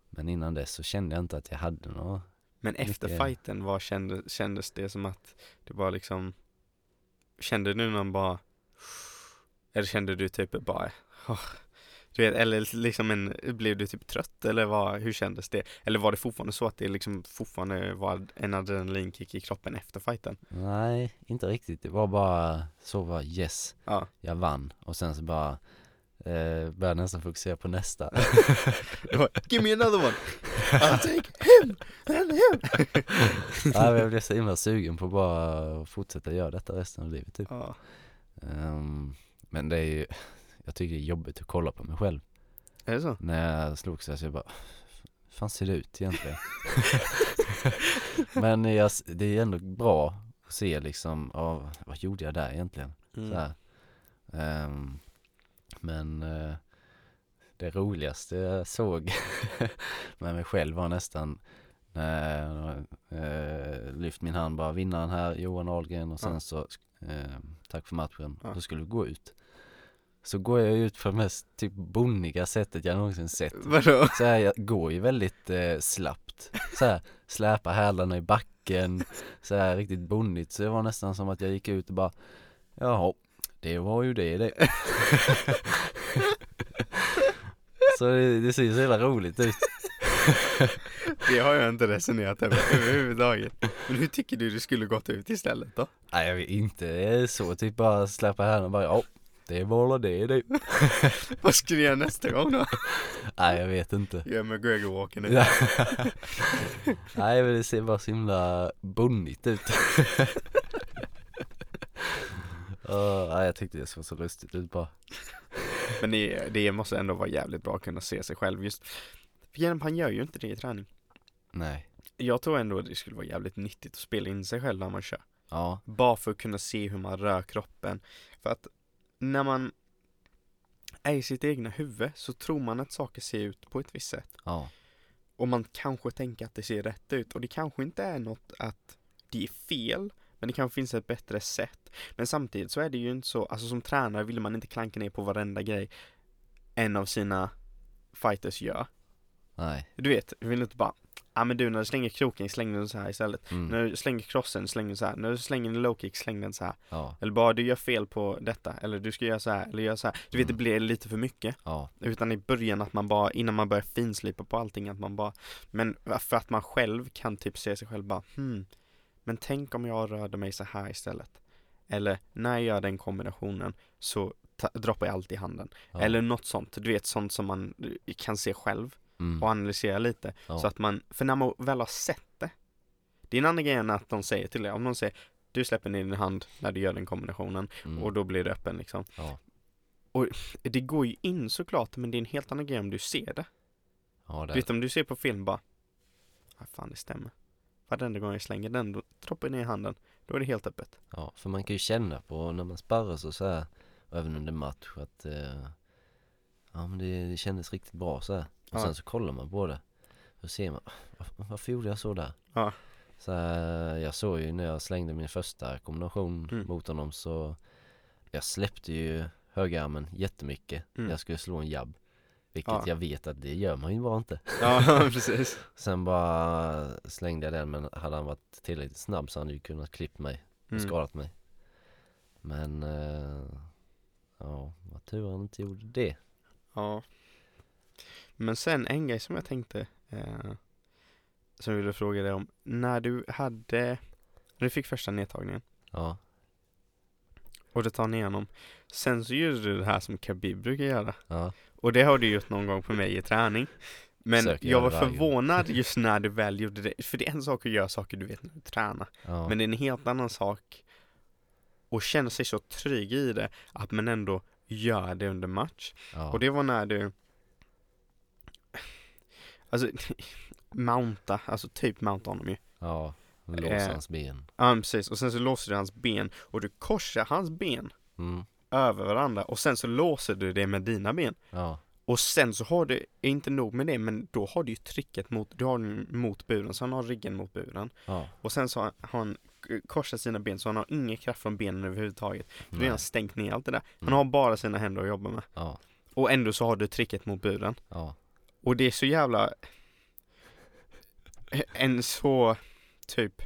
Speaker 3: Men innan dess så kände jag inte att jag hade något.
Speaker 2: Men efter
Speaker 3: Mycket-
Speaker 2: fighten, vad kände, kändes det som att det var liksom Kände du någon bara Eller kände du typ bara "Åh", Du vet, eller liksom en, blev du typ trött eller vad, hur kändes det? Eller var det fortfarande så att det liksom fortfarande var en adrenalinkick i kroppen efter fighten?
Speaker 3: Nej, inte riktigt. Det var bara så var yes,
Speaker 2: Ja,
Speaker 3: jag vann. Och sen så bara eh, började jag nästan fokusera på nästa.
Speaker 2: det var, give me another one! I'll take him! And him!
Speaker 3: Nej, men jag blev så himla sugen på att bara fortsätta göra detta resten av livet typ.
Speaker 2: Ja,
Speaker 3: Ehm, men det är ju, jag tycker det är jobbigt att kolla på mig själv.
Speaker 2: är det så?
Speaker 3: När jag slogs där så jag bara, hur fan ser det ut egentligen? men jag, s- det är ju ändå bra att se liksom, ja, vad gjorde jag där egentligen?
Speaker 2: Mm.
Speaker 3: Så här. Ehm, men eh, det roligaste jag såg med mig själv var nästan när jag eh, lyft min hand bara vinnaren här, Johan Ahlgren och sen
Speaker 2: Ja.
Speaker 3: så eh, tack för matchen,
Speaker 2: Ja.
Speaker 3: då skulle vi gå ut. Så går jag ut på det mest typ bonniga sättet jag någonsin sett.
Speaker 2: Vadå?
Speaker 3: Så här, jag går ju väldigt eh, slappt. Så här, släpar hälarna i backen. Så här, riktigt bonnigt. Så det var nästan som att jag gick ut och bara, jaha, det var ju det det. så det, det ser ju så jävla roligt ut.
Speaker 2: Det har jag inte resonerat över överhuvudtaget. Men hur tycker du det skulle gått ut istället då?
Speaker 3: Nej, jag vet inte. Det är så typ bara släpar hälarna och bara, ja, Det var väl det du.
Speaker 2: Vad ska du göra nästa gång då?
Speaker 3: Nej jag vet inte.
Speaker 2: Gör McGregor walken nu.
Speaker 3: Ja. Nej men det ser bara så himla bonnigt ut. Uh, nej, jag tyckte det såg så lustigt ut bara.
Speaker 2: Men det, det måste ändå vara jävligt bra att kunna se sig själv just. För Genom han gör ju inte det i träning.
Speaker 3: Nej.
Speaker 2: Jag tror ändå att det skulle vara jävligt nyttigt att spela in sig själv när man kör.
Speaker 3: Ja.
Speaker 2: Bara för att kunna se hur man rör kroppen. För att när man är i sitt egna huvud så tror man att saker ser ut på ett visst sätt.
Speaker 3: Ja.
Speaker 2: Och man kanske tänker att det ser rätt ut och det kanske inte är något att det är fel men det kanske finns ett bättre sätt. Men samtidigt så är det ju inte så, alltså som tränare vill man inte klanka ner på varenda grej en av sina fighters gör.
Speaker 3: Nej.
Speaker 2: Du vet, du vill inte bara, ja ah, men du när du slänger kroken släng den så här istället.
Speaker 3: Mm.
Speaker 2: När du slänger crossen släng den så här. När du slänger en low kick släng den så här.
Speaker 3: Ja.
Speaker 2: Eller bara du gör fel på detta eller du ska göra så här eller göra så här. Du vet
Speaker 3: Mm.
Speaker 2: det blir lite för mycket.
Speaker 3: Ja.
Speaker 2: Utan i början att man bara, innan man börjar finslipa på allting att man bara Men för att man själv kan typ se sig själv bara hmm Men tänk om jag rörde mig så här istället Eller när jag gör den kombinationen så ta- droppar jag allt i handen
Speaker 3: ja.
Speaker 2: Eller något sånt, du vet sånt som man eh, kan se själv
Speaker 3: mm.
Speaker 2: och analysera lite
Speaker 3: Ja.
Speaker 2: Så att man, för när man väl har sett det Det är en annan grej än att de säger till dig, om de säger Du släpper ner din hand när du gör den kombinationen
Speaker 3: mm.
Speaker 2: och då blir det öppen liksom.
Speaker 3: Ja.
Speaker 2: Och det går ju in såklart men det är en helt annan grej om du ser det.
Speaker 3: ja,
Speaker 2: Du
Speaker 3: det.
Speaker 2: vet om du ser på film bara, ah, fan det stämmer. Varenda gång jag slänger den, då droppar jag ner handen. Då är det helt öppet.
Speaker 3: Ja, för man kan ju känna på när man sparrar så, så här, och även under match att eh, ja, men det, det kändes riktigt bra så här. Och
Speaker 2: Ja.
Speaker 3: sen så kollar man på det och ser man, "Varför- varför gjorde jag så där?
Speaker 2: Ja.
Speaker 3: Så här, jag såg ju när jag slängde min första kombination
Speaker 2: Mm.
Speaker 3: mot honom så jag släppte ju högerarmen jättemycket
Speaker 2: Mm.
Speaker 3: när jag skulle slå en jabb. Vilket
Speaker 2: Ja.
Speaker 3: jag vet att det gör man ju bara inte.
Speaker 2: Ja, precis.
Speaker 3: Sen bara slängde jag den men hade han varit tillräckligt snabb så hade han ju kunnat klippa mig och
Speaker 2: Mm.
Speaker 3: skadat mig Men eh, Ja, vad tur han inte gjorde det
Speaker 2: Ja. Men sen en grej som jag tänkte, eh, som jag ville fråga dig om. När du hade, när du fick första nedtagningen
Speaker 3: Ja,
Speaker 2: och du tar ner honom. Sen så gjorde du det här som Khabib brukar göra.
Speaker 3: ja,
Speaker 2: Och det har du gjort någon gång på mig i träning Men
Speaker 3: Försöker
Speaker 2: jag
Speaker 3: göra
Speaker 2: var
Speaker 3: det varje gång.
Speaker 2: förvånad just när du väl gjorde det För det är en sak att göra saker du vet när du tränar
Speaker 3: ja,
Speaker 2: Men det är en helt annan sak Och känna sig så trygg i det Att man ändå gör det under match
Speaker 3: ja,
Speaker 2: Och det var när du Alltså Mounta, alltså typ mounta honom ju
Speaker 3: ja Han
Speaker 2: Eh.
Speaker 3: låser hans ben
Speaker 2: Ja men precis, och sen så låser du hans ben Och du korsar hans ben
Speaker 3: mm.
Speaker 2: över varandra Och sen så låser du det med dina ben
Speaker 3: Ja,
Speaker 2: Och sen så har du, inte nog med det, men då har du ju trycket mot, du har den mot buren, så han har ryggen mot buren.
Speaker 3: ja,
Speaker 2: Och sen så har han eh, korsat sina ben, så han har ingen kraft från benen överhuvudtaget. För då har
Speaker 3: nej,
Speaker 2: han stängt ner allt det där. Han
Speaker 3: Mm.
Speaker 2: har bara sina händer att jobba med.
Speaker 3: ja,
Speaker 2: Och ändå så har du trycket mot buren.
Speaker 3: ja,
Speaker 2: Och det är så jävla En så typ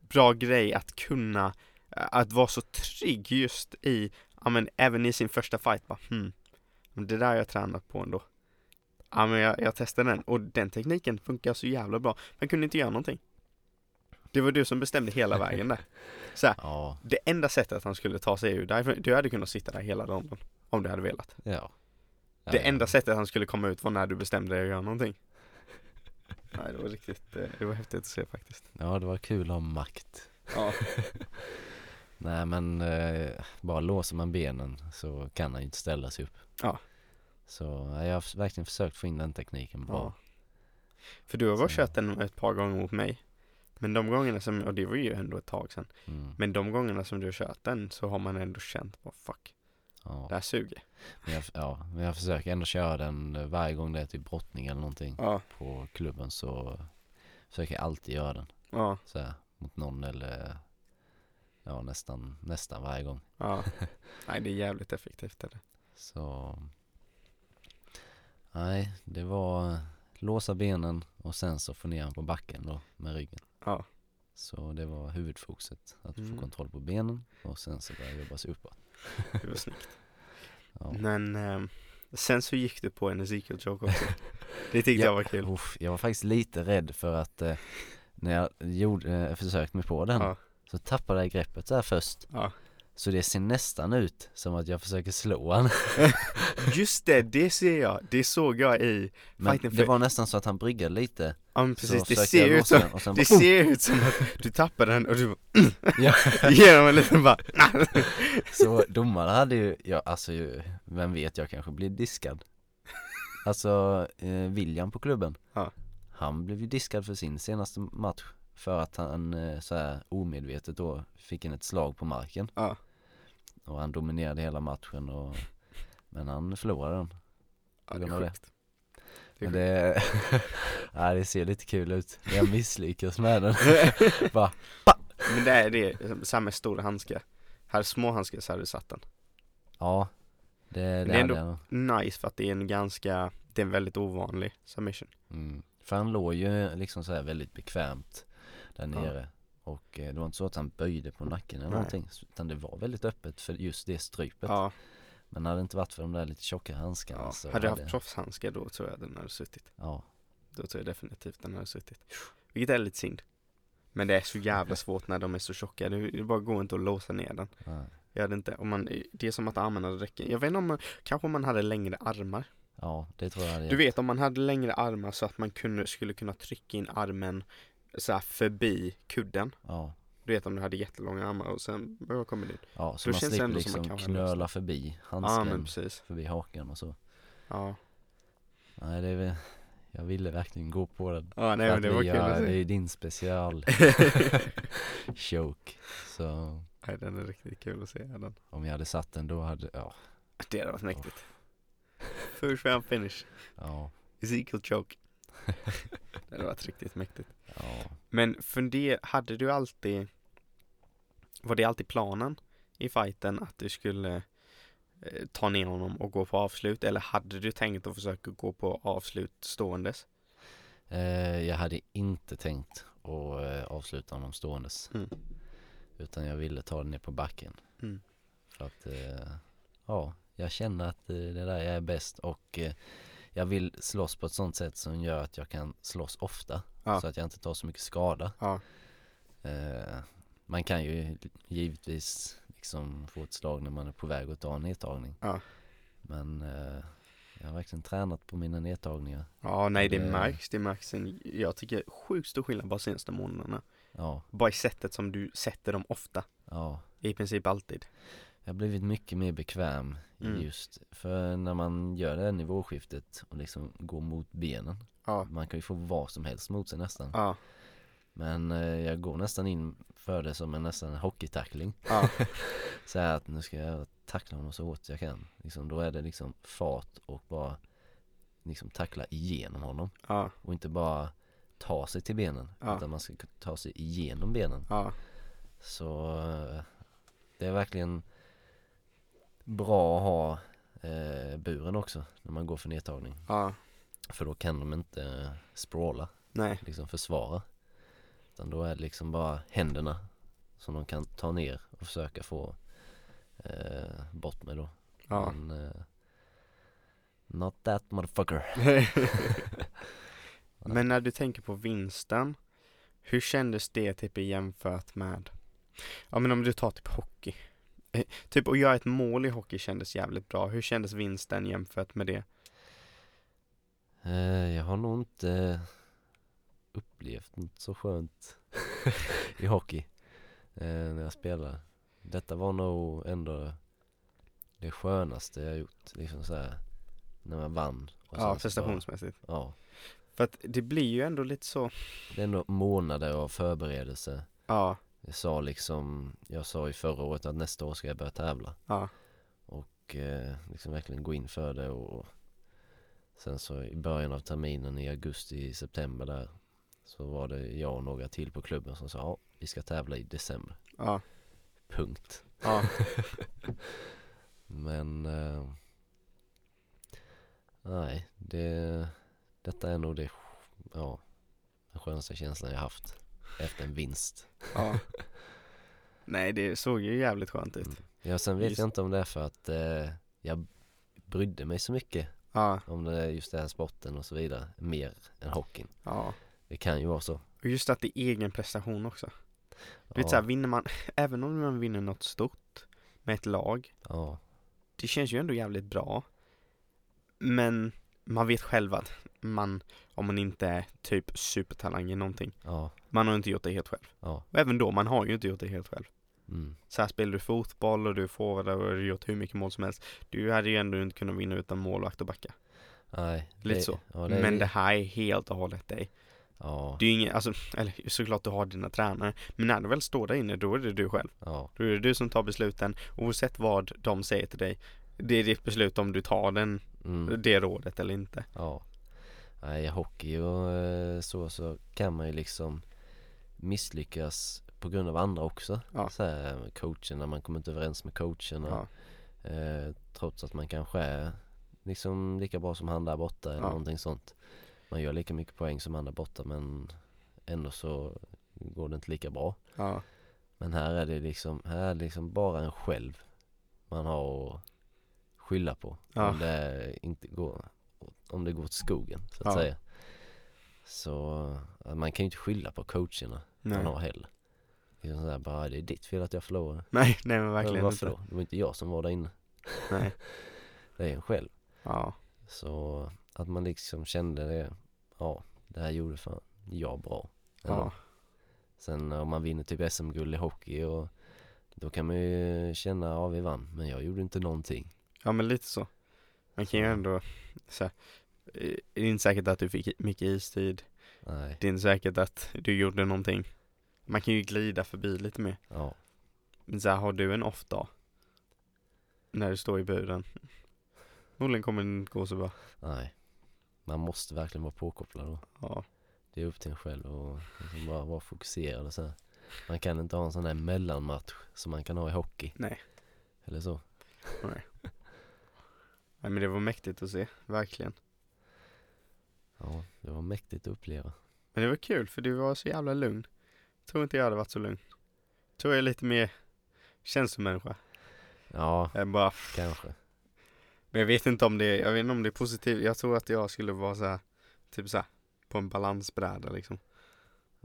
Speaker 2: bra grej att kunna Att vara så trygg just i Ja men även i sin första fight bara hmm men Det där har jag tränat på ändå Ja men jag, jag testade den och den tekniken funkar så jävla bra Man kunde inte göra någonting Det var du som bestämde hela vägen där
Speaker 3: ja,
Speaker 2: Det enda sättet att han skulle ta sig ur därifrån Du hade kunnat sitta där hela dagen Om du hade velat
Speaker 3: ja
Speaker 2: det enda sättet han skulle komma ut var när du bestämde dig att göra någonting. Nej, det var riktigt, eh, det var häftigt att se faktiskt.
Speaker 3: Ja, det var kul att ha makt
Speaker 2: Ja.
Speaker 3: Nej men, eh, bara låser man benen så kan han ju inte ställa sig upp
Speaker 2: Ja.
Speaker 3: Så, ja, jag har verkligen försökt få in den tekniken bra
Speaker 2: För du har bara
Speaker 3: Så-
Speaker 2: kört den ett par gånger mot mig. Men de gångerna som, och det var ju ändå ett tag sedan.
Speaker 3: mm.
Speaker 2: Men de gångerna som du har kört den så har man ändå känt, vad fuck, det
Speaker 3: ja.
Speaker 2: här suger.
Speaker 3: Men jag, ja, men jag försöker ändå köra den eh, varje gång det är typ brottning eller någonting
Speaker 2: Ja.
Speaker 3: på klubben så försöker jag alltid göra den
Speaker 2: Ja,
Speaker 3: så här, mot någon eller ja nästan, nästan varje gång.
Speaker 2: ja. Nej, det är jävligt effektivt. Är det.
Speaker 3: Så nej, det var låsa benen och sen så få ner han på backen då med ryggen.
Speaker 2: Ja.
Speaker 3: Så det var huvudfokuset, att
Speaker 2: Mm.
Speaker 3: få kontroll på benen och sen så börja jobba sig uppåt.
Speaker 2: Det var snyggt.
Speaker 3: Ja.
Speaker 2: Men ehm, sen så gick du på en Ezekiel joke också. Det tyckte
Speaker 3: Ja.
Speaker 2: jag var kul.
Speaker 3: Uff, jag var faktiskt lite rädd för att eh, när jag gjorde, eh, försökte mig på den
Speaker 2: Ja.
Speaker 3: så tappade jag greppet där först.
Speaker 2: Ja.
Speaker 3: Så det ser nästan ut som att jag försöker slå han
Speaker 2: Just det, det ser jag. Det såg jag i
Speaker 3: Men
Speaker 2: Fighten
Speaker 3: det
Speaker 2: för-
Speaker 3: var nästan så att han bryggade lite
Speaker 2: Ja men
Speaker 3: Så
Speaker 2: precis, det
Speaker 3: försökte
Speaker 2: ser
Speaker 3: jag
Speaker 2: ut
Speaker 3: låsa
Speaker 2: som,
Speaker 3: den och sen
Speaker 2: det
Speaker 3: bara-
Speaker 2: ser ut som att du tappar den och du bara,
Speaker 3: ja.
Speaker 2: ger dem en liten bara
Speaker 3: Så domaren hade ju, ja alltså ju- vem vet jag kanske blir diskad Alltså eh, William på klubben
Speaker 2: Ja.
Speaker 3: Han blev ju diskad för sin senaste match För att han eh, så här omedvetet då fick in ett slag på marken
Speaker 2: Ja.
Speaker 3: Och han dominerade hela matchen och Men han förlorade den
Speaker 2: Ja, det är
Speaker 3: grund av det.
Speaker 2: sjukt. Det är
Speaker 3: Men det, ja, det ser lite kul ut Jag misslyckas med den Bara,
Speaker 2: Men det är det, samma stor handskar. Här små handskar så hade du satt den.
Speaker 3: ja Det, det,
Speaker 2: det är
Speaker 3: hade
Speaker 2: ändå-
Speaker 3: jag nog
Speaker 2: Nice för att det är en ganska, det är en väldigt ovanlig submission.
Speaker 3: Mm. För han låg ju liksom så här väldigt bekvämt där
Speaker 2: Ja.
Speaker 3: nere Och eh, det var inte så att han böjde på nacken eller
Speaker 2: Nej.
Speaker 3: någonting så- Utan det var väldigt öppet för just det strypet
Speaker 2: Ja,
Speaker 3: Men hade det inte varit för de där lite tjocka handskarna
Speaker 2: ja.
Speaker 3: så
Speaker 2: Hade du haft proffshandskar då tror jag den hade suttit.
Speaker 3: Ja,
Speaker 2: Då tror jag definitivt den hade suttit. Vilket är lite synd. Men det är så jävla svårt när de är så tjocka, det det bara går inte att låsa ner den.
Speaker 3: ja,
Speaker 2: Jag hade inte, om man, det är som att armarna räcker. Jag vet inte om man, kanske om man hade längre armar.
Speaker 3: ja det tror jag hade
Speaker 2: Du vet om man hade längre armar så att man kunde, skulle kunna trycka in armen så här förbi kudden.
Speaker 3: Ja,
Speaker 2: Du vet om du hade jättelånga armar och sen, vad kommer det?
Speaker 3: ja så
Speaker 2: Då känns
Speaker 3: man
Speaker 2: det
Speaker 3: slipper
Speaker 2: ändå som
Speaker 3: liksom
Speaker 2: man kan ha
Speaker 3: knöla förbi
Speaker 2: Ja
Speaker 3: handsken
Speaker 2: men precis.
Speaker 3: Förbi hakan och så
Speaker 2: Ja.
Speaker 3: Nej det är väl Jag ville verkligen gå på den
Speaker 2: Ja nej men
Speaker 3: För att
Speaker 2: det var
Speaker 3: vi
Speaker 2: kul att
Speaker 3: gör- Det är
Speaker 2: se.
Speaker 3: ju din special choke Så
Speaker 2: Nej den är riktigt kul att se den.
Speaker 3: om jag hade satt den då hade, ja,
Speaker 2: Det hade varit mäktigt. First round finish.
Speaker 3: ja,
Speaker 2: Ezekiel choke. det hade varit riktigt mäktigt.
Speaker 3: ja
Speaker 2: Men fundera, hade du alltid Var det alltid planen i fighten att du skulle eh, ta ner honom och gå på avslut eller hade du tänkt att försöka gå på avslut ståendes?
Speaker 3: Eh, jag hade inte tänkt att eh, avsluta honom ståendes.
Speaker 2: Mm.
Speaker 3: Utan jag ville ta den ner på backen.
Speaker 2: Mm.
Speaker 3: För att, eh, ja, jag känner att eh, det där jag är bäst och eh, jag vill slåss på ett sånt sätt som gör att jag kan slåss ofta.
Speaker 2: Ja.
Speaker 3: Så att jag inte tar så mycket skada.
Speaker 2: Ja.
Speaker 3: Eh, man kan ju givetvis liksom få ett slag när man är på väg att ta en nedtagning.
Speaker 2: Ja.
Speaker 3: Men eh, jag har verkligen tränat på mina nedtagningar.
Speaker 2: Ja, nej det
Speaker 3: Det-
Speaker 2: märks, det märks. En, jag tycker sjukt stor skillnad bara senaste månaderna.
Speaker 3: Ja,
Speaker 2: Bara i sättet som du sätter dem ofta.
Speaker 3: ja.
Speaker 2: I princip alltid.
Speaker 3: Jag har blivit mycket mer bekväm i
Speaker 2: Mm.
Speaker 3: just För när man gör det här nivåskiftet och liksom går mot benen
Speaker 2: Ja.
Speaker 3: Man kan ju få vad som helst mot sig nästan
Speaker 2: Ja,
Speaker 3: Men eh, jag går nästan in för det som en nästan hockeytackling
Speaker 2: ja,
Speaker 3: Så här att nu ska jag tackla honom så hårt jag kan liksom, Då är det liksom fart och bara liksom tackla igenom honom
Speaker 2: ja,
Speaker 3: och inte bara ta sig till benen
Speaker 2: Ja.
Speaker 3: utan man ska ta sig igenom benen
Speaker 2: ja.
Speaker 3: så eh, det är verkligen bra att ha eh, buren också när man går för nedtagning.
Speaker 2: ja.
Speaker 3: För då kan de inte eh, sprawla,
Speaker 2: Nej,
Speaker 3: liksom försvara. Utan då är det liksom bara händerna som de kan ta ner och försöka få eh, bort med då.
Speaker 2: ja.
Speaker 3: Men, eh, not that motherfucker.
Speaker 2: Men när du tänker på vinsten, hur kändes det typ jämfört med, ja men om du tar typ hockey. Eh, Typ att göra ett mål i hockey kändes jävligt bra. Hur kändes vinsten jämfört med det?
Speaker 3: Eh, jag har nog inte upplevt något så skönt i hockey eh, när jag spelar. Detta var nog ändå det skönaste jag gjort, liksom så här när man vann.
Speaker 2: ja,
Speaker 3: och sen så
Speaker 2: prestationsmässigt.
Speaker 3: bara- Ja,
Speaker 2: För att det blir ju ändå lite så,
Speaker 3: det är ändå månader av förberedelse.
Speaker 2: ja,
Speaker 3: Jag sa liksom, jag sa ju förra året att nästa år ska jag börja tävla
Speaker 2: ja,
Speaker 3: och eh, liksom verkligen gå in för det och sen så i början av terminen i augusti, september där så var det jag och några till på klubben som sa ja, vi ska tävla i december,
Speaker 2: ja,
Speaker 3: punkt.
Speaker 2: ja,
Speaker 3: Men eh, nej, det, detta är nog det, ja, den skönaste känslan jag haft efter en vinst.
Speaker 2: ja. Nej det såg ju jävligt skönt ut.
Speaker 3: Ja, sen vet
Speaker 2: Just-
Speaker 3: jag inte om det är för att eh, jag brydde mig så mycket
Speaker 2: Ja,
Speaker 3: om det är just den här sporten och så vidare, mer än hockeyn.
Speaker 2: ja.
Speaker 3: Det kan ju vara så.
Speaker 2: Och just att det är egen prestation också. Du
Speaker 3: Ja.
Speaker 2: vet såhär, vinner man, även om man vinner något stort med ett lag.
Speaker 3: Ja.
Speaker 2: Det känns ju ändå jävligt bra. Men man vet själv att man, om man inte är typ supertalang i någonting,
Speaker 3: Ja.
Speaker 2: man har inte gjort det helt själv.
Speaker 3: Ja.
Speaker 2: Och även då, man har ju inte gjort det helt själv.
Speaker 3: Mm.
Speaker 2: Så här spelar du fotboll och du är forward och du har gjort hur mycket mål som helst. Du hade ju ändå inte kunnat vinna utan målvakt och backa.
Speaker 3: Nej.
Speaker 2: Lite
Speaker 3: det-
Speaker 2: så.
Speaker 3: Ja,
Speaker 2: Men det här är helt och hållet dig.
Speaker 3: Ja.
Speaker 2: Det är ju ingen, alltså, eller såklart du har dina tränare. Men när du väl står där inne, då är det du själv.
Speaker 3: Ja.
Speaker 2: Då är det du som tar besluten. Oavsett vad de säger till dig. Det är ditt beslut om du tar den,
Speaker 3: Mm.
Speaker 2: det rådet eller inte.
Speaker 3: Ja. Nej, i hockey och eh, så, så kan man ju liksom misslyckas på grund av andra också.
Speaker 2: Ja.
Speaker 3: Så här, coacherna, man kommer inte överens med coacherna.
Speaker 2: Ja.
Speaker 3: Eh, trots att man kanske är liksom lika bra som han där borta eller
Speaker 2: Ja.
Speaker 3: någonting sånt. Man gör lika mycket poäng som han där borta men ändå så går det inte lika bra.
Speaker 2: Ja.
Speaker 3: Men här är det liksom, här är det liksom bara en själv man har att skylla på.
Speaker 2: Ja.
Speaker 3: Om det inte går, om det går åt skogen så att
Speaker 2: Ja.
Speaker 3: säga. Så eh, man kan ju inte skylla på coacherna
Speaker 2: Nej.
Speaker 3: man har heller. Det är sådär bara, det är ditt fel att jag förlorade.
Speaker 2: nej, nej men verkligen
Speaker 3: Varför
Speaker 2: inte.
Speaker 3: då? Det var inte jag som var där inne.
Speaker 2: Nej.
Speaker 3: Det är en själv.
Speaker 2: Ja.
Speaker 3: Så att man liksom kände det, ja det här gjorde fan jag bra.
Speaker 2: Ja.
Speaker 3: Sen om man vinner typ SM-guld i hockey och då kan man ju känna, ja vi vann, men jag gjorde inte någonting.
Speaker 2: ja, men lite så. Man kan ju
Speaker 3: Så.
Speaker 2: ändå, så här, eh, det är inte säkert att du fick mycket istid.
Speaker 3: Nej,
Speaker 2: Det är inte säkert att du gjorde någonting. Man kan ju glida förbi lite mer.
Speaker 3: ja,
Speaker 2: Men så här, har du en off-dag? När du står i buren? Förmodligen kommer det inte gå så bra.
Speaker 3: nej. Man måste verkligen vara påkopplad då.
Speaker 2: Ja.
Speaker 3: Det är upp till en själv och liksom bara vara fokuserad och så här. Man kan inte ha en sån där mellanmatch som man kan ha i hockey.
Speaker 2: Nej.
Speaker 3: Eller så.
Speaker 2: Nej men det var mäktigt att se, verkligen.
Speaker 3: Ja, det var mäktigt att uppleva.
Speaker 2: Men det var kul för du var så jävla lugn. Tror inte jag hade varit så lugn. Tror jag är lite mer känslomänniska.
Speaker 3: Ja,
Speaker 2: Jag bara,
Speaker 3: kanske.
Speaker 2: men jag vet inte om det är, jag vet inte om det är positivt. Jag tror att jag skulle vara så här, typ så här, på en balansbräda liksom.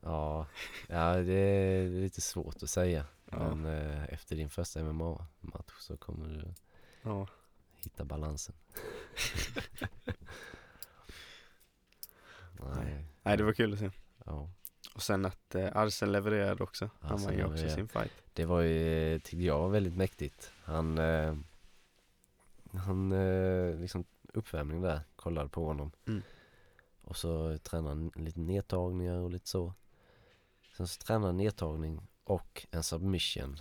Speaker 3: Ja, ja det är lite svårt att säga.
Speaker 2: Ja.
Speaker 3: Men eh, efter din första MMA-match så kommer du
Speaker 2: Ja.
Speaker 3: hitta balansen. Nej,
Speaker 2: Nej det var kul att se.
Speaker 3: ja.
Speaker 2: Och sen att eh, Arsen levererade också. Han
Speaker 3: Arsen
Speaker 2: vann ju också
Speaker 3: levererade.
Speaker 2: sin fight.
Speaker 3: Det var ju, eh, tyckte jag, väldigt mäktigt. Han, eh, han eh, liksom uppvärmning där, kollade på honom.
Speaker 2: Mm.
Speaker 3: Och så tränade han lite nedtagningar och lite så. Sen så tränade han nedtagning och en submission.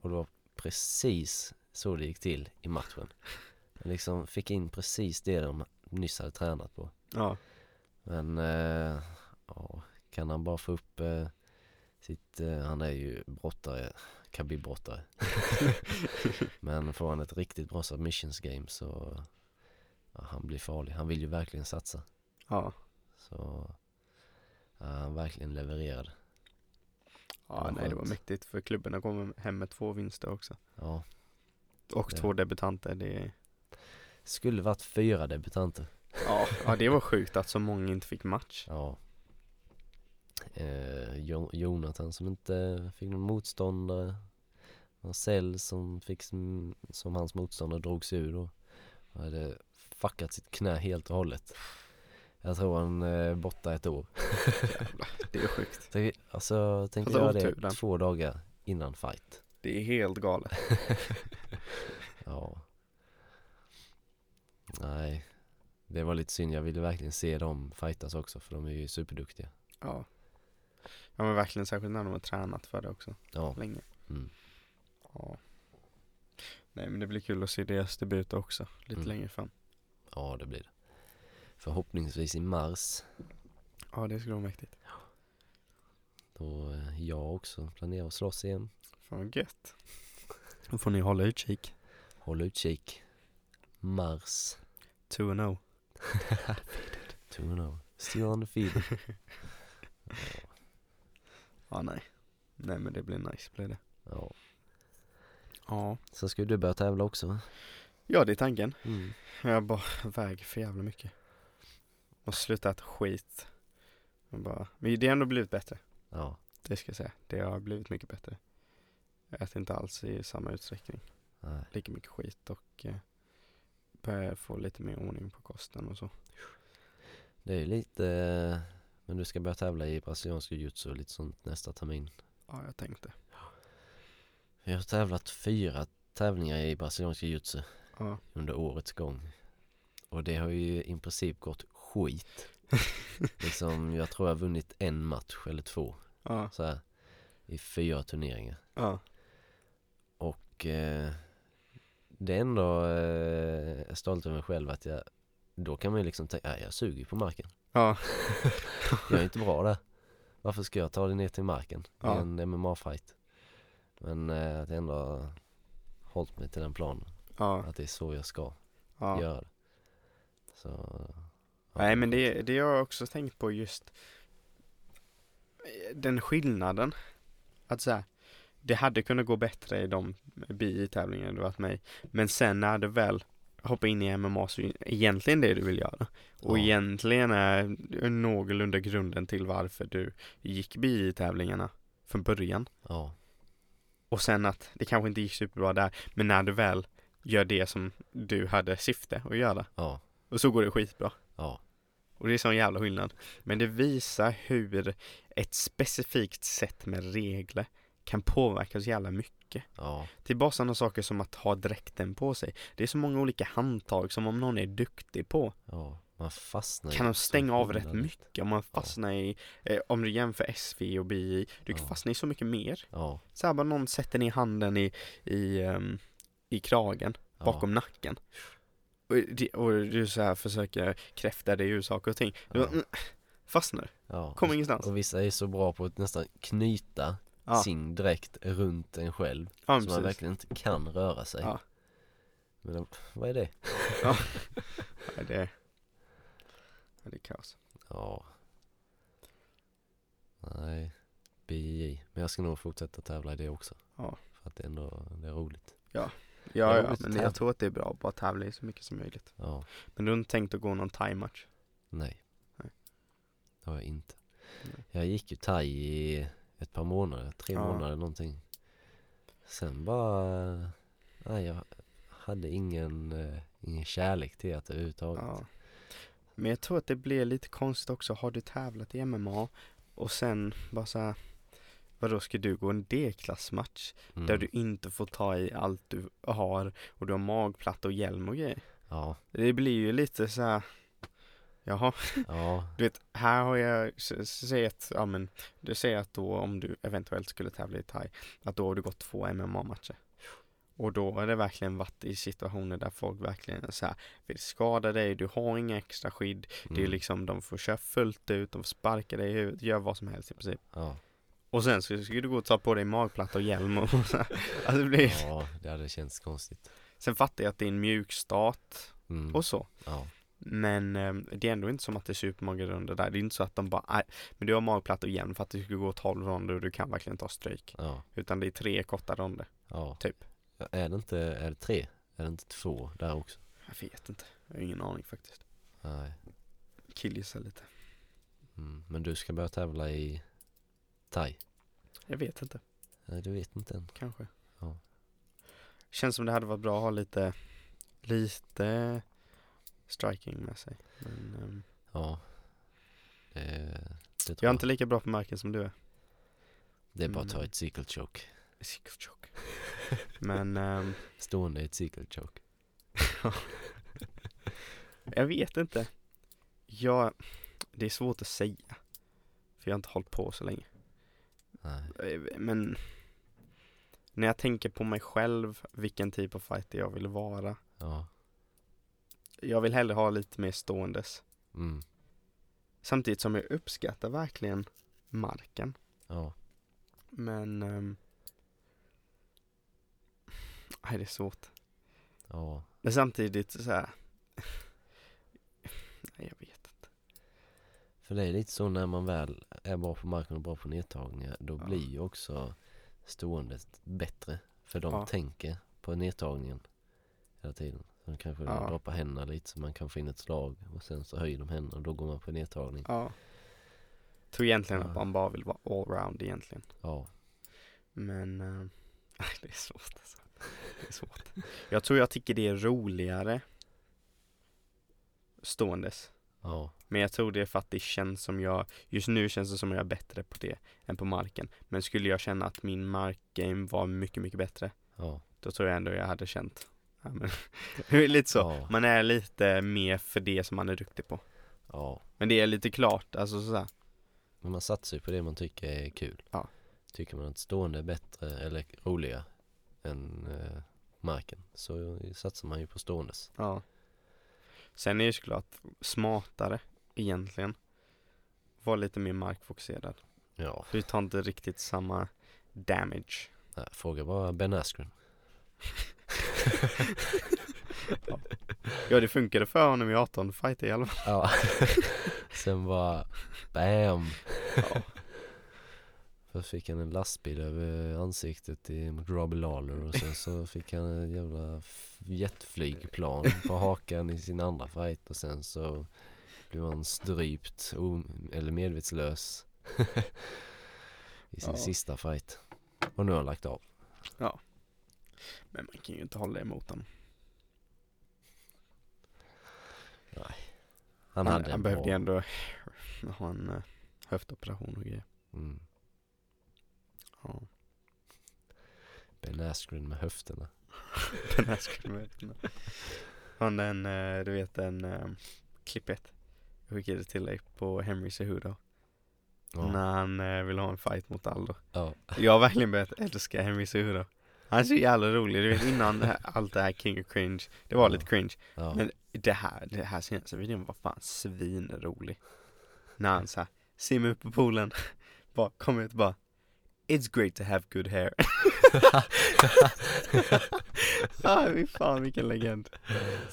Speaker 3: Och det var precis så det gick till i matchen. Han liksom fick in precis det de nyss hade tränat på.
Speaker 2: Ja.
Speaker 3: Men eh, ja, kan han bara få upp eh, sitt, eh, han är ju brottare, Khabib-brottare. Men får han ett riktigt bra submissions game så ja, han blir farlig. Han vill ju verkligen satsa.
Speaker 2: Ja.
Speaker 3: Så ja, han verkligen levererade.
Speaker 2: Ja,
Speaker 3: Vad
Speaker 2: nej det var
Speaker 3: skönt.
Speaker 2: mäktigt för klubben har kommit hem med två vinster också.
Speaker 3: Ja,
Speaker 2: Och
Speaker 3: Ja.
Speaker 2: två debutanter, det
Speaker 3: skulle varit fyra debutanter.
Speaker 2: ja. ja det var sjukt att så många inte fick match.
Speaker 3: Ja. Eh, jo- Jonathan som inte fick någon motståndare. Marcel som fick som, som hans motståndare drogs ur då. Han hade fuckat sitt knä helt och hållet. Jag tror han är eh, borta ett år.
Speaker 2: Det är sjukt.
Speaker 3: Tänk, alltså tänk att
Speaker 2: Alltså,
Speaker 3: göra det
Speaker 2: oturen.
Speaker 3: två dagar innan fight.
Speaker 2: Det är helt galet.
Speaker 3: Ja. Nej. Det var lite synd. Jag ville verkligen se dem fightas också för de är ju superduktiga.
Speaker 2: Ja. Ja men verkligen, särskilt när de har tränat för det också,
Speaker 3: Ja.
Speaker 2: länge.
Speaker 3: Mm.
Speaker 2: Ja. Nej men det blir kul att se deras debut också, lite
Speaker 3: Mm.
Speaker 2: längre fram.
Speaker 3: Ja, det blir det. Förhoppningsvis i mars.
Speaker 2: Ja det skulle vara mäktigt.
Speaker 3: Då eh, jag också planerar att slåss igen.
Speaker 2: Fan vad gött. Då får ni hålla utkik.
Speaker 3: Håll utkik. Mars.
Speaker 2: 2-0.
Speaker 3: 2-0. Still on the field.
Speaker 2: Ja nej. Nej men det blir nice, blir det.
Speaker 3: Ja.
Speaker 2: Ja.
Speaker 3: Sen ska ju du börja tävla också va?
Speaker 2: Ja det är tanken.
Speaker 3: Mm.
Speaker 2: Jag bara väger för jävla mycket. Och slutat skit. Jag bara, men det har ändå blivit bättre.
Speaker 3: Ja.
Speaker 2: Det ska jag säga. Det har blivit mycket bättre. Jag äter inte alls i samma utsträckning.
Speaker 3: Nej.
Speaker 2: lika mycket skit och eh, börjar få lite mer ordning på kosten och så.
Speaker 3: Det är ju lite, eh, men du ska börja tävla i brasiliansk jujutsu och lite sånt nästa termin.
Speaker 2: Ja, jag tänkte.
Speaker 3: Jag har tävlat fyra tävlingar i brasiliansk jujutsu
Speaker 2: Ja.
Speaker 3: under årets gång. Och det har ju i princip gått skit. liksom, jag tror jag har vunnit en match eller två
Speaker 2: Ja,
Speaker 3: så här, i fyra turneringar.
Speaker 2: ja,
Speaker 3: Och eh, det är ändå, eh, jag är stolt över mig själv att jag, då kan man ju liksom tänka, "Nej, jag suger ju på marken.
Speaker 2: ja,
Speaker 3: Jag är inte bra där. Varför ska jag ta det ner till marken i
Speaker 2: Ja.
Speaker 3: en MMA-fight? Men eh, att jag ändå har hållit mig till den planen.
Speaker 2: ja,
Speaker 3: Att det är så jag ska
Speaker 2: ja.
Speaker 3: göra det. Så, ja,
Speaker 2: Nej men det, det har jag också tänkt på just eh, den skillnaden. Att så här, det hade kunnat gå bättre i de bi-tävlingar du varit med i. Men sen när du väl hoppar in i MMA så är egentligen det du vill göra. Och
Speaker 3: Ja.
Speaker 2: egentligen är någorlunda grunden till varför du gick bi-tävlingarna från början.
Speaker 3: Ja,
Speaker 2: Och sen att det kanske inte gick superbra där, men när du väl gör det som du hade syfte att göra.
Speaker 3: ja,
Speaker 2: Och så går det skitbra.
Speaker 3: ja,
Speaker 2: Och det är sån jävla skillnad. Men det visar hur ett specifikt sätt med regler kan påverka så jävla mycket.
Speaker 3: ja,
Speaker 2: Det är bara sådana saker som att ha dräkten på sig. Det är så många olika handtag som om någon är duktig på
Speaker 3: ja. Man fastnar
Speaker 2: kan
Speaker 3: ju
Speaker 2: de
Speaker 3: så
Speaker 2: stänga av
Speaker 3: himla
Speaker 2: rätt
Speaker 3: lätt.
Speaker 2: mycket. Om man fastnar i, eh, om du jämför SV och BI, du kan
Speaker 3: Ja.
Speaker 2: fastna i så mycket mer.
Speaker 3: Ja,
Speaker 2: Så här bara någon sätter ner handen i, i, ehm, i kragen
Speaker 3: ja,
Speaker 2: bakom nacken. Och, det, och du så här försöker kräfta dig ur saker och ting. Du
Speaker 3: Ja.
Speaker 2: bara, mm, fastnar,
Speaker 3: ja.
Speaker 2: kommer ingenstans.
Speaker 3: Och Alltså vissa är så bra på att nästan knyta
Speaker 2: Ja.
Speaker 3: sin dräkt runt en själv.
Speaker 2: Ja, men
Speaker 3: Så man
Speaker 2: precis.
Speaker 3: verkligen inte kan röra sig.
Speaker 2: Ja.
Speaker 3: Men de- vad är det?
Speaker 2: Ja, det, ja, det är kaos.
Speaker 3: Ja. Nej, BJJ. Men jag ska nog fortsätta tävla i det också.
Speaker 2: Ja.
Speaker 3: För att det är ändå, det är roligt.
Speaker 2: Ja,
Speaker 3: Det är
Speaker 2: ja,
Speaker 3: roligt att
Speaker 2: men jag
Speaker 3: tävla.
Speaker 2: tror att det är bra att bara tävla i så mycket som möjligt.
Speaker 3: Ja,
Speaker 2: Men du har inte tänkt att gå någon thai-match?
Speaker 3: nej.
Speaker 2: Nej.
Speaker 3: Det har jag inte.
Speaker 2: Nej.
Speaker 3: Jag gick ju thai i ett par månader, tre
Speaker 2: Ja.
Speaker 3: månader någonting. Sen bara, nej jag hade ingen, eh, ingen kärlek till det överhuvudtaget.
Speaker 2: Ja. Men jag tror att det blir lite konstigt också, har du tävlat i MMA och sen bara så här, vadå ska du gå en D-klassmatch
Speaker 3: Mm.
Speaker 2: där du inte får ta i allt du har och du har magplatta och hjälm och grejer?
Speaker 3: Ja,
Speaker 2: Det blir ju lite så här, jaha.
Speaker 3: ja,
Speaker 2: Du vet, här har jag, s- s- säg att, ja men, du säger att då om du eventuellt skulle tävla i thai, att då har du gått två MMA-matcher. Och då har det verkligen varit i situationer där folk verkligen så här, vill skada dig, du har inga extra skydd, det är
Speaker 3: mm,
Speaker 2: liksom, de får köra fullt ut, de får sparka dig i huvudet, gör vad som helst i princip.
Speaker 3: ja.
Speaker 2: Och sen så ska du gå och ta på dig magplatta och hjälm och så här. Alltså det blir,
Speaker 3: ja, det hade känts konstigt.
Speaker 2: sen fattar jag att det är en mjuk start
Speaker 3: Mm.
Speaker 2: och så.
Speaker 3: Ja.
Speaker 2: Men eh, det är ändå inte som att det är supermånga runder där. Det är inte så att de bara, "Nej, men du har magplatta och hjälm för att du ska gå 12 ronder och du kan verkligen ta stryk.
Speaker 3: Ja,
Speaker 2: Utan det är tre korta ronder.
Speaker 3: ja.
Speaker 2: Typ.
Speaker 3: Ja, Är det inte, är det tre? Är det inte två där också?
Speaker 2: Jag vet inte. Jag har ingen aning faktiskt.
Speaker 3: Nej.
Speaker 2: Killgissar lite.
Speaker 3: Mm. Men du ska börja tävla i thai?
Speaker 2: Jag vet inte.
Speaker 3: Nej, du vet inte än.
Speaker 2: Kanske.
Speaker 3: Ja.
Speaker 2: Känns som det hade varit bra att ha lite, lite striking med sig. Men, ehm,
Speaker 3: Ja. Det, det tror
Speaker 2: jag är inte lika bra på marken som du är.
Speaker 3: Det är bara att ta
Speaker 2: Mm.
Speaker 3: ett cycle choke.
Speaker 2: Men ehm,
Speaker 3: Stående i ett cycle choke.
Speaker 2: Jag vet inte. Jag, det är svårt att säga. För jag har inte hållit på så länge.
Speaker 3: Nej.
Speaker 2: Eh, Men när jag tänker på mig själv, vilken typ av fighter jag vill vara.
Speaker 3: Ja.
Speaker 2: Jag vill hellre ha lite mer ståendes.
Speaker 3: Mm.
Speaker 2: Samtidigt som jag uppskattar verkligen marken.
Speaker 3: Ja.
Speaker 2: Men... ehm, nej, det är svårt.
Speaker 3: Ja.
Speaker 2: Men samtidigt så här. Nej, jag vet.
Speaker 3: För det är lite så när man väl är bra på marken och bra på nedtagningar. Då
Speaker 2: Ja.
Speaker 3: blir ju också ståendet bättre. För de
Speaker 2: Ja.
Speaker 3: tänker på nedtagningen hela tiden. Så de kanske
Speaker 2: Ja.
Speaker 3: droppar händerna lite så man kan få in ett slag. Och sen så höjer de händerna och då går man på nedtagning.
Speaker 2: Ja. Tror egentligen
Speaker 3: Ja.
Speaker 2: att man bara vill vara allround egentligen.
Speaker 3: Ja.
Speaker 2: Men eh, det är svårt alltså. Det är svårt. Jag tror jag tycker det är roligare ståendes.
Speaker 3: Ja.
Speaker 2: Men jag tror det är för att det känns som jag, just nu känns det som jag är bättre på det än på marken. Men skulle jag känna att min markgame var mycket, mycket bättre,
Speaker 3: Ja.
Speaker 2: då tror jag ändå jag hade känt. Ja, men, det är lite så.
Speaker 3: Ja.
Speaker 2: Man är lite mer för det som man är duktig på.
Speaker 3: ja.
Speaker 2: Men det är lite klart, alltså sådär.
Speaker 3: Men man satsar ju på det man tycker är kul.
Speaker 2: Ja.
Speaker 3: Tycker man att stående är bättre eller roligare än eh, marken så satsar man ju på ståendes.
Speaker 2: Ja. Sen är ju såklart smartare egentligen. Var lite mer markfokuserad.
Speaker 3: Ja.
Speaker 2: Du tar inte riktigt samma damage.
Speaker 3: Nej, fråga bara Ben Askren.
Speaker 2: Ja det funkade för honom i 18 fighter i alla fall.
Speaker 3: Ja. Sen bara BAM!
Speaker 2: Ja.
Speaker 3: Först fick han en lastbil över ansiktet i- mot Robbie Lawler och sen så fick han en jävla f- jetflygplan på hakan i sin andra fight och sen så blev han strypt o- eller medvetslös i sin
Speaker 2: Ja.
Speaker 3: sista fight. Och nu har han lagt av.
Speaker 2: Men man kan ju inte hålla emot honom. han,
Speaker 3: Han, hade en
Speaker 2: behövde ju
Speaker 3: bra...
Speaker 2: ändå ha en eh, höftoperation och grejer.
Speaker 3: Mm,
Speaker 2: Ja.
Speaker 3: ben Askren med höfterna.
Speaker 2: Den här skulle man öppna. Han en, eh, du vet en eh, klippet. Jag skickade till dig på Henry Cejudo.
Speaker 3: Ja.
Speaker 2: När han eh, ville ha en fight mot Aldo.
Speaker 3: Ja.
Speaker 2: Jag har verkligen börjat älska Henry Cejudo. Han är så jävla rolig. Du vet innan det här, allt det här King of Cringe. Det var
Speaker 3: Ja.
Speaker 2: lite cringe.
Speaker 3: Ja.
Speaker 2: Men det här, det här senaste videon var fan svinrolig. När han såhär simmar upp på poolen, bara kommer ut och bara It's great to have good hair. ah, fy fan vilken legend.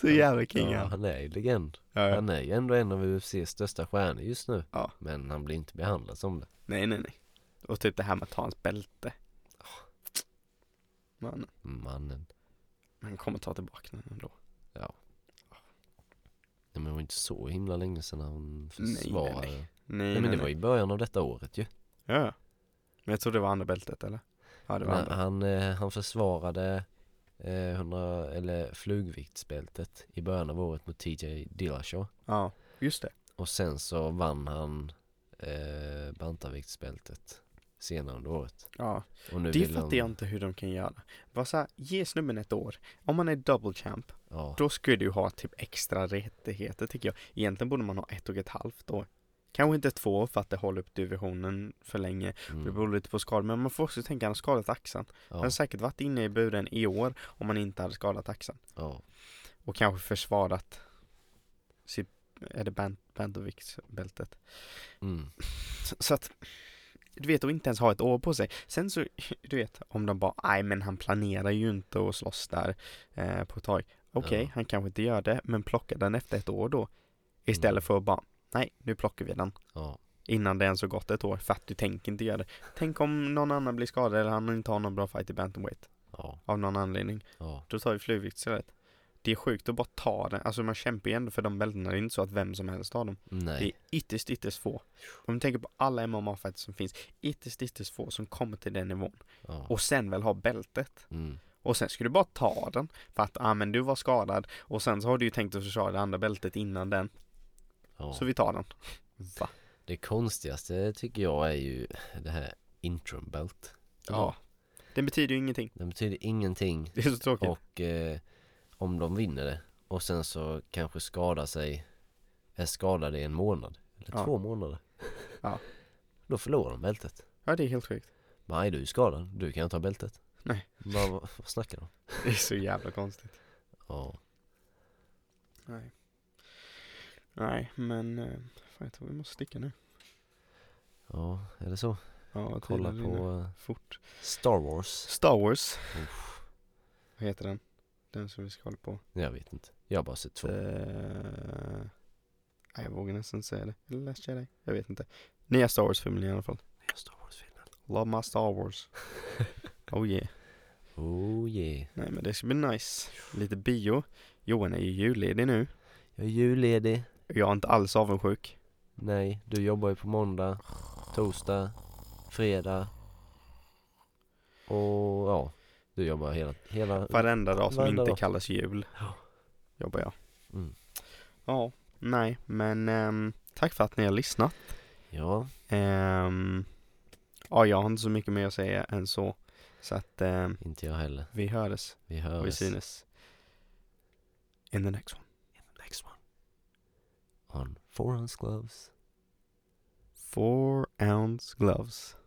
Speaker 2: Så jävla king
Speaker 3: ja,
Speaker 2: han.
Speaker 3: han är ju legend.
Speaker 2: Ja, ja.
Speaker 3: Han är ju ändå en av UFCs största stjärnor just nu.
Speaker 2: Ja.
Speaker 3: Men han blir inte behandlad som det.
Speaker 2: Nej nej nej. Och typ det här med att ta hans bälte. Man,
Speaker 3: Mannen.
Speaker 2: man kommer ta tillbaka den ändå.
Speaker 3: Nej, men det var inte så himla länge sedan han
Speaker 2: nej, nej.
Speaker 3: försvarade. Nej,
Speaker 2: Nej,
Speaker 3: men det var i början av detta året ju.
Speaker 2: Ja, ja. Men jag tror det var andra bältet eller? Ja det var
Speaker 3: När
Speaker 2: andra.
Speaker 3: han, eh, han försvarade eh, 100, eller flugviktsbältet i början av året mot TJ Dillashaw.
Speaker 2: Ja, just det.
Speaker 3: Och sen så vann han eh, bantarviktsbältet senare under året.
Speaker 2: Ja.
Speaker 3: Och nu
Speaker 2: Det
Speaker 3: vill
Speaker 2: fattar jag inte hur de kan göra. Bara så här, ge snubben ett år. Om man är double champ,
Speaker 3: Ja,
Speaker 2: då ska du ha typ extra rättigheter tycker jag. Egentligen borde man ha ett och ett halvt år. Kanske inte två för att det håller upp divisionen för länge. Det
Speaker 3: mm,
Speaker 2: beror Alltså- lite på skador, men man får också tänka, han har skadat axeln. Han
Speaker 3: ja,
Speaker 2: hade säkert varit inne i buren i år om han inte hade skadat axeln.
Speaker 3: ja,
Speaker 2: Och kanske försvarat sitt, är det Bant- Bantovic-bältet?
Speaker 3: mm,
Speaker 2: Så- Så att, du vet, och inte ens ha ett år på sig. Sen så, du vet, om de bara, nej men han planerar ju inte att slåss där eh, på ett tag. Okej,
Speaker 3: Ja.
Speaker 2: han kanske inte gör det, men plocka den efter ett år då. Istället
Speaker 3: Mm.
Speaker 2: för att bara, nej nu plockar vi den.
Speaker 3: ja,
Speaker 2: Innan det ens har gått ett år, för att du tänker inte göra det. Tänk om någon annan blir skadad eller han inte har någon bra fight i bantamweight.
Speaker 3: ja,
Speaker 2: Av någon anledning.
Speaker 3: ja,
Speaker 2: Då tar vi flygvikt istället. Det är sjukt att bara ta den, alltså man kämpar ju ändå för de bältena, det är inte så att vem som helst har dem. Det
Speaker 3: nej,
Speaker 2: är ytterst, ytterst få. Om du tänker på alla MMA-fighters som finns, ytterst, ytterst få som kommer till den nivån.
Speaker 3: ja,
Speaker 2: Och sen väl ha bältet.
Speaker 3: mm,
Speaker 2: Och sen ska du bara ta den. För att, ah, men du var skadad. Och sen så har du ju tänkt att försvara det andra bältet innan den.
Speaker 3: ja.
Speaker 2: Så vi tar den. Va?
Speaker 3: Det konstigaste tycker jag är ju det här interim belt.
Speaker 2: Ja. Den betyder ju ingenting.
Speaker 3: Det betyder ingenting
Speaker 2: Det är så tråkigt.
Speaker 3: och eh, om de vinner det och sen så kanske skadar sig, är skadade i en månad eller
Speaker 2: Ja.
Speaker 3: två månader.
Speaker 2: Ja.
Speaker 3: Då förlorar de bältet.
Speaker 2: Ja, det är helt sjukt.
Speaker 3: Men Nej du är ju skadad, du kan inte ha bältet.
Speaker 2: Nej.
Speaker 3: Bara, vad, vad snackar de?
Speaker 2: Det är så jävla konstigt.
Speaker 3: Ja,
Speaker 2: Nej. Nej, men... eh, Fan, jag tror vi måste sticka nu.
Speaker 3: ja är det så?
Speaker 2: Ja,
Speaker 3: Kolla
Speaker 2: tiden
Speaker 3: på
Speaker 2: rinner
Speaker 3: eh,
Speaker 2: Fort.
Speaker 3: Star Wars.
Speaker 2: Star Wars.
Speaker 3: Uff,
Speaker 2: Vad heter den? Den som vi ska kolla på.
Speaker 3: jag vet inte, jag har bara sett två.
Speaker 2: Eh, nej, jag vågar nästan inte säga det. Eller Last Jedi. Jag vet inte. Nya Star Wars-filmen i alla fall.
Speaker 3: Star Wars-filmen.
Speaker 2: Love my Star Wars. oh yeah.
Speaker 3: Oh yeah.
Speaker 2: Nej men det ska bli nice. Lite bio. Johan är ju julledig nu.
Speaker 3: Jag är julledig.
Speaker 2: Jag är inte alls avundsjuk.
Speaker 3: Nej, du jobbar ju på måndag, torsdag, fredag och ja, Du jobbar hela, hela
Speaker 2: Varenda dag som
Speaker 3: Varenda
Speaker 2: inte
Speaker 3: dag.
Speaker 2: kallas jul
Speaker 3: Ja.
Speaker 2: jobbar jag.
Speaker 3: mm.
Speaker 2: Ja, nej, men ehm, tack för att ni har lyssnat.
Speaker 3: Ja,
Speaker 2: Ehm, ja, jag har inte så mycket mer att säga än så. Så att ehm,
Speaker 3: inte jag heller.
Speaker 2: vi hördes
Speaker 3: Vi
Speaker 2: och vi
Speaker 3: hörs.
Speaker 2: synes. In the next one.
Speaker 3: Next one. On Four Ounce Gloves
Speaker 2: Four ounce gloves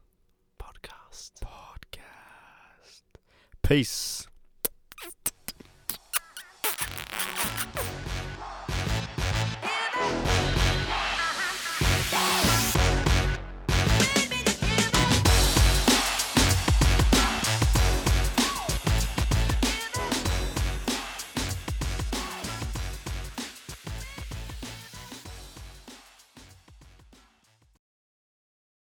Speaker 3: podcast.
Speaker 2: podcast. Peace.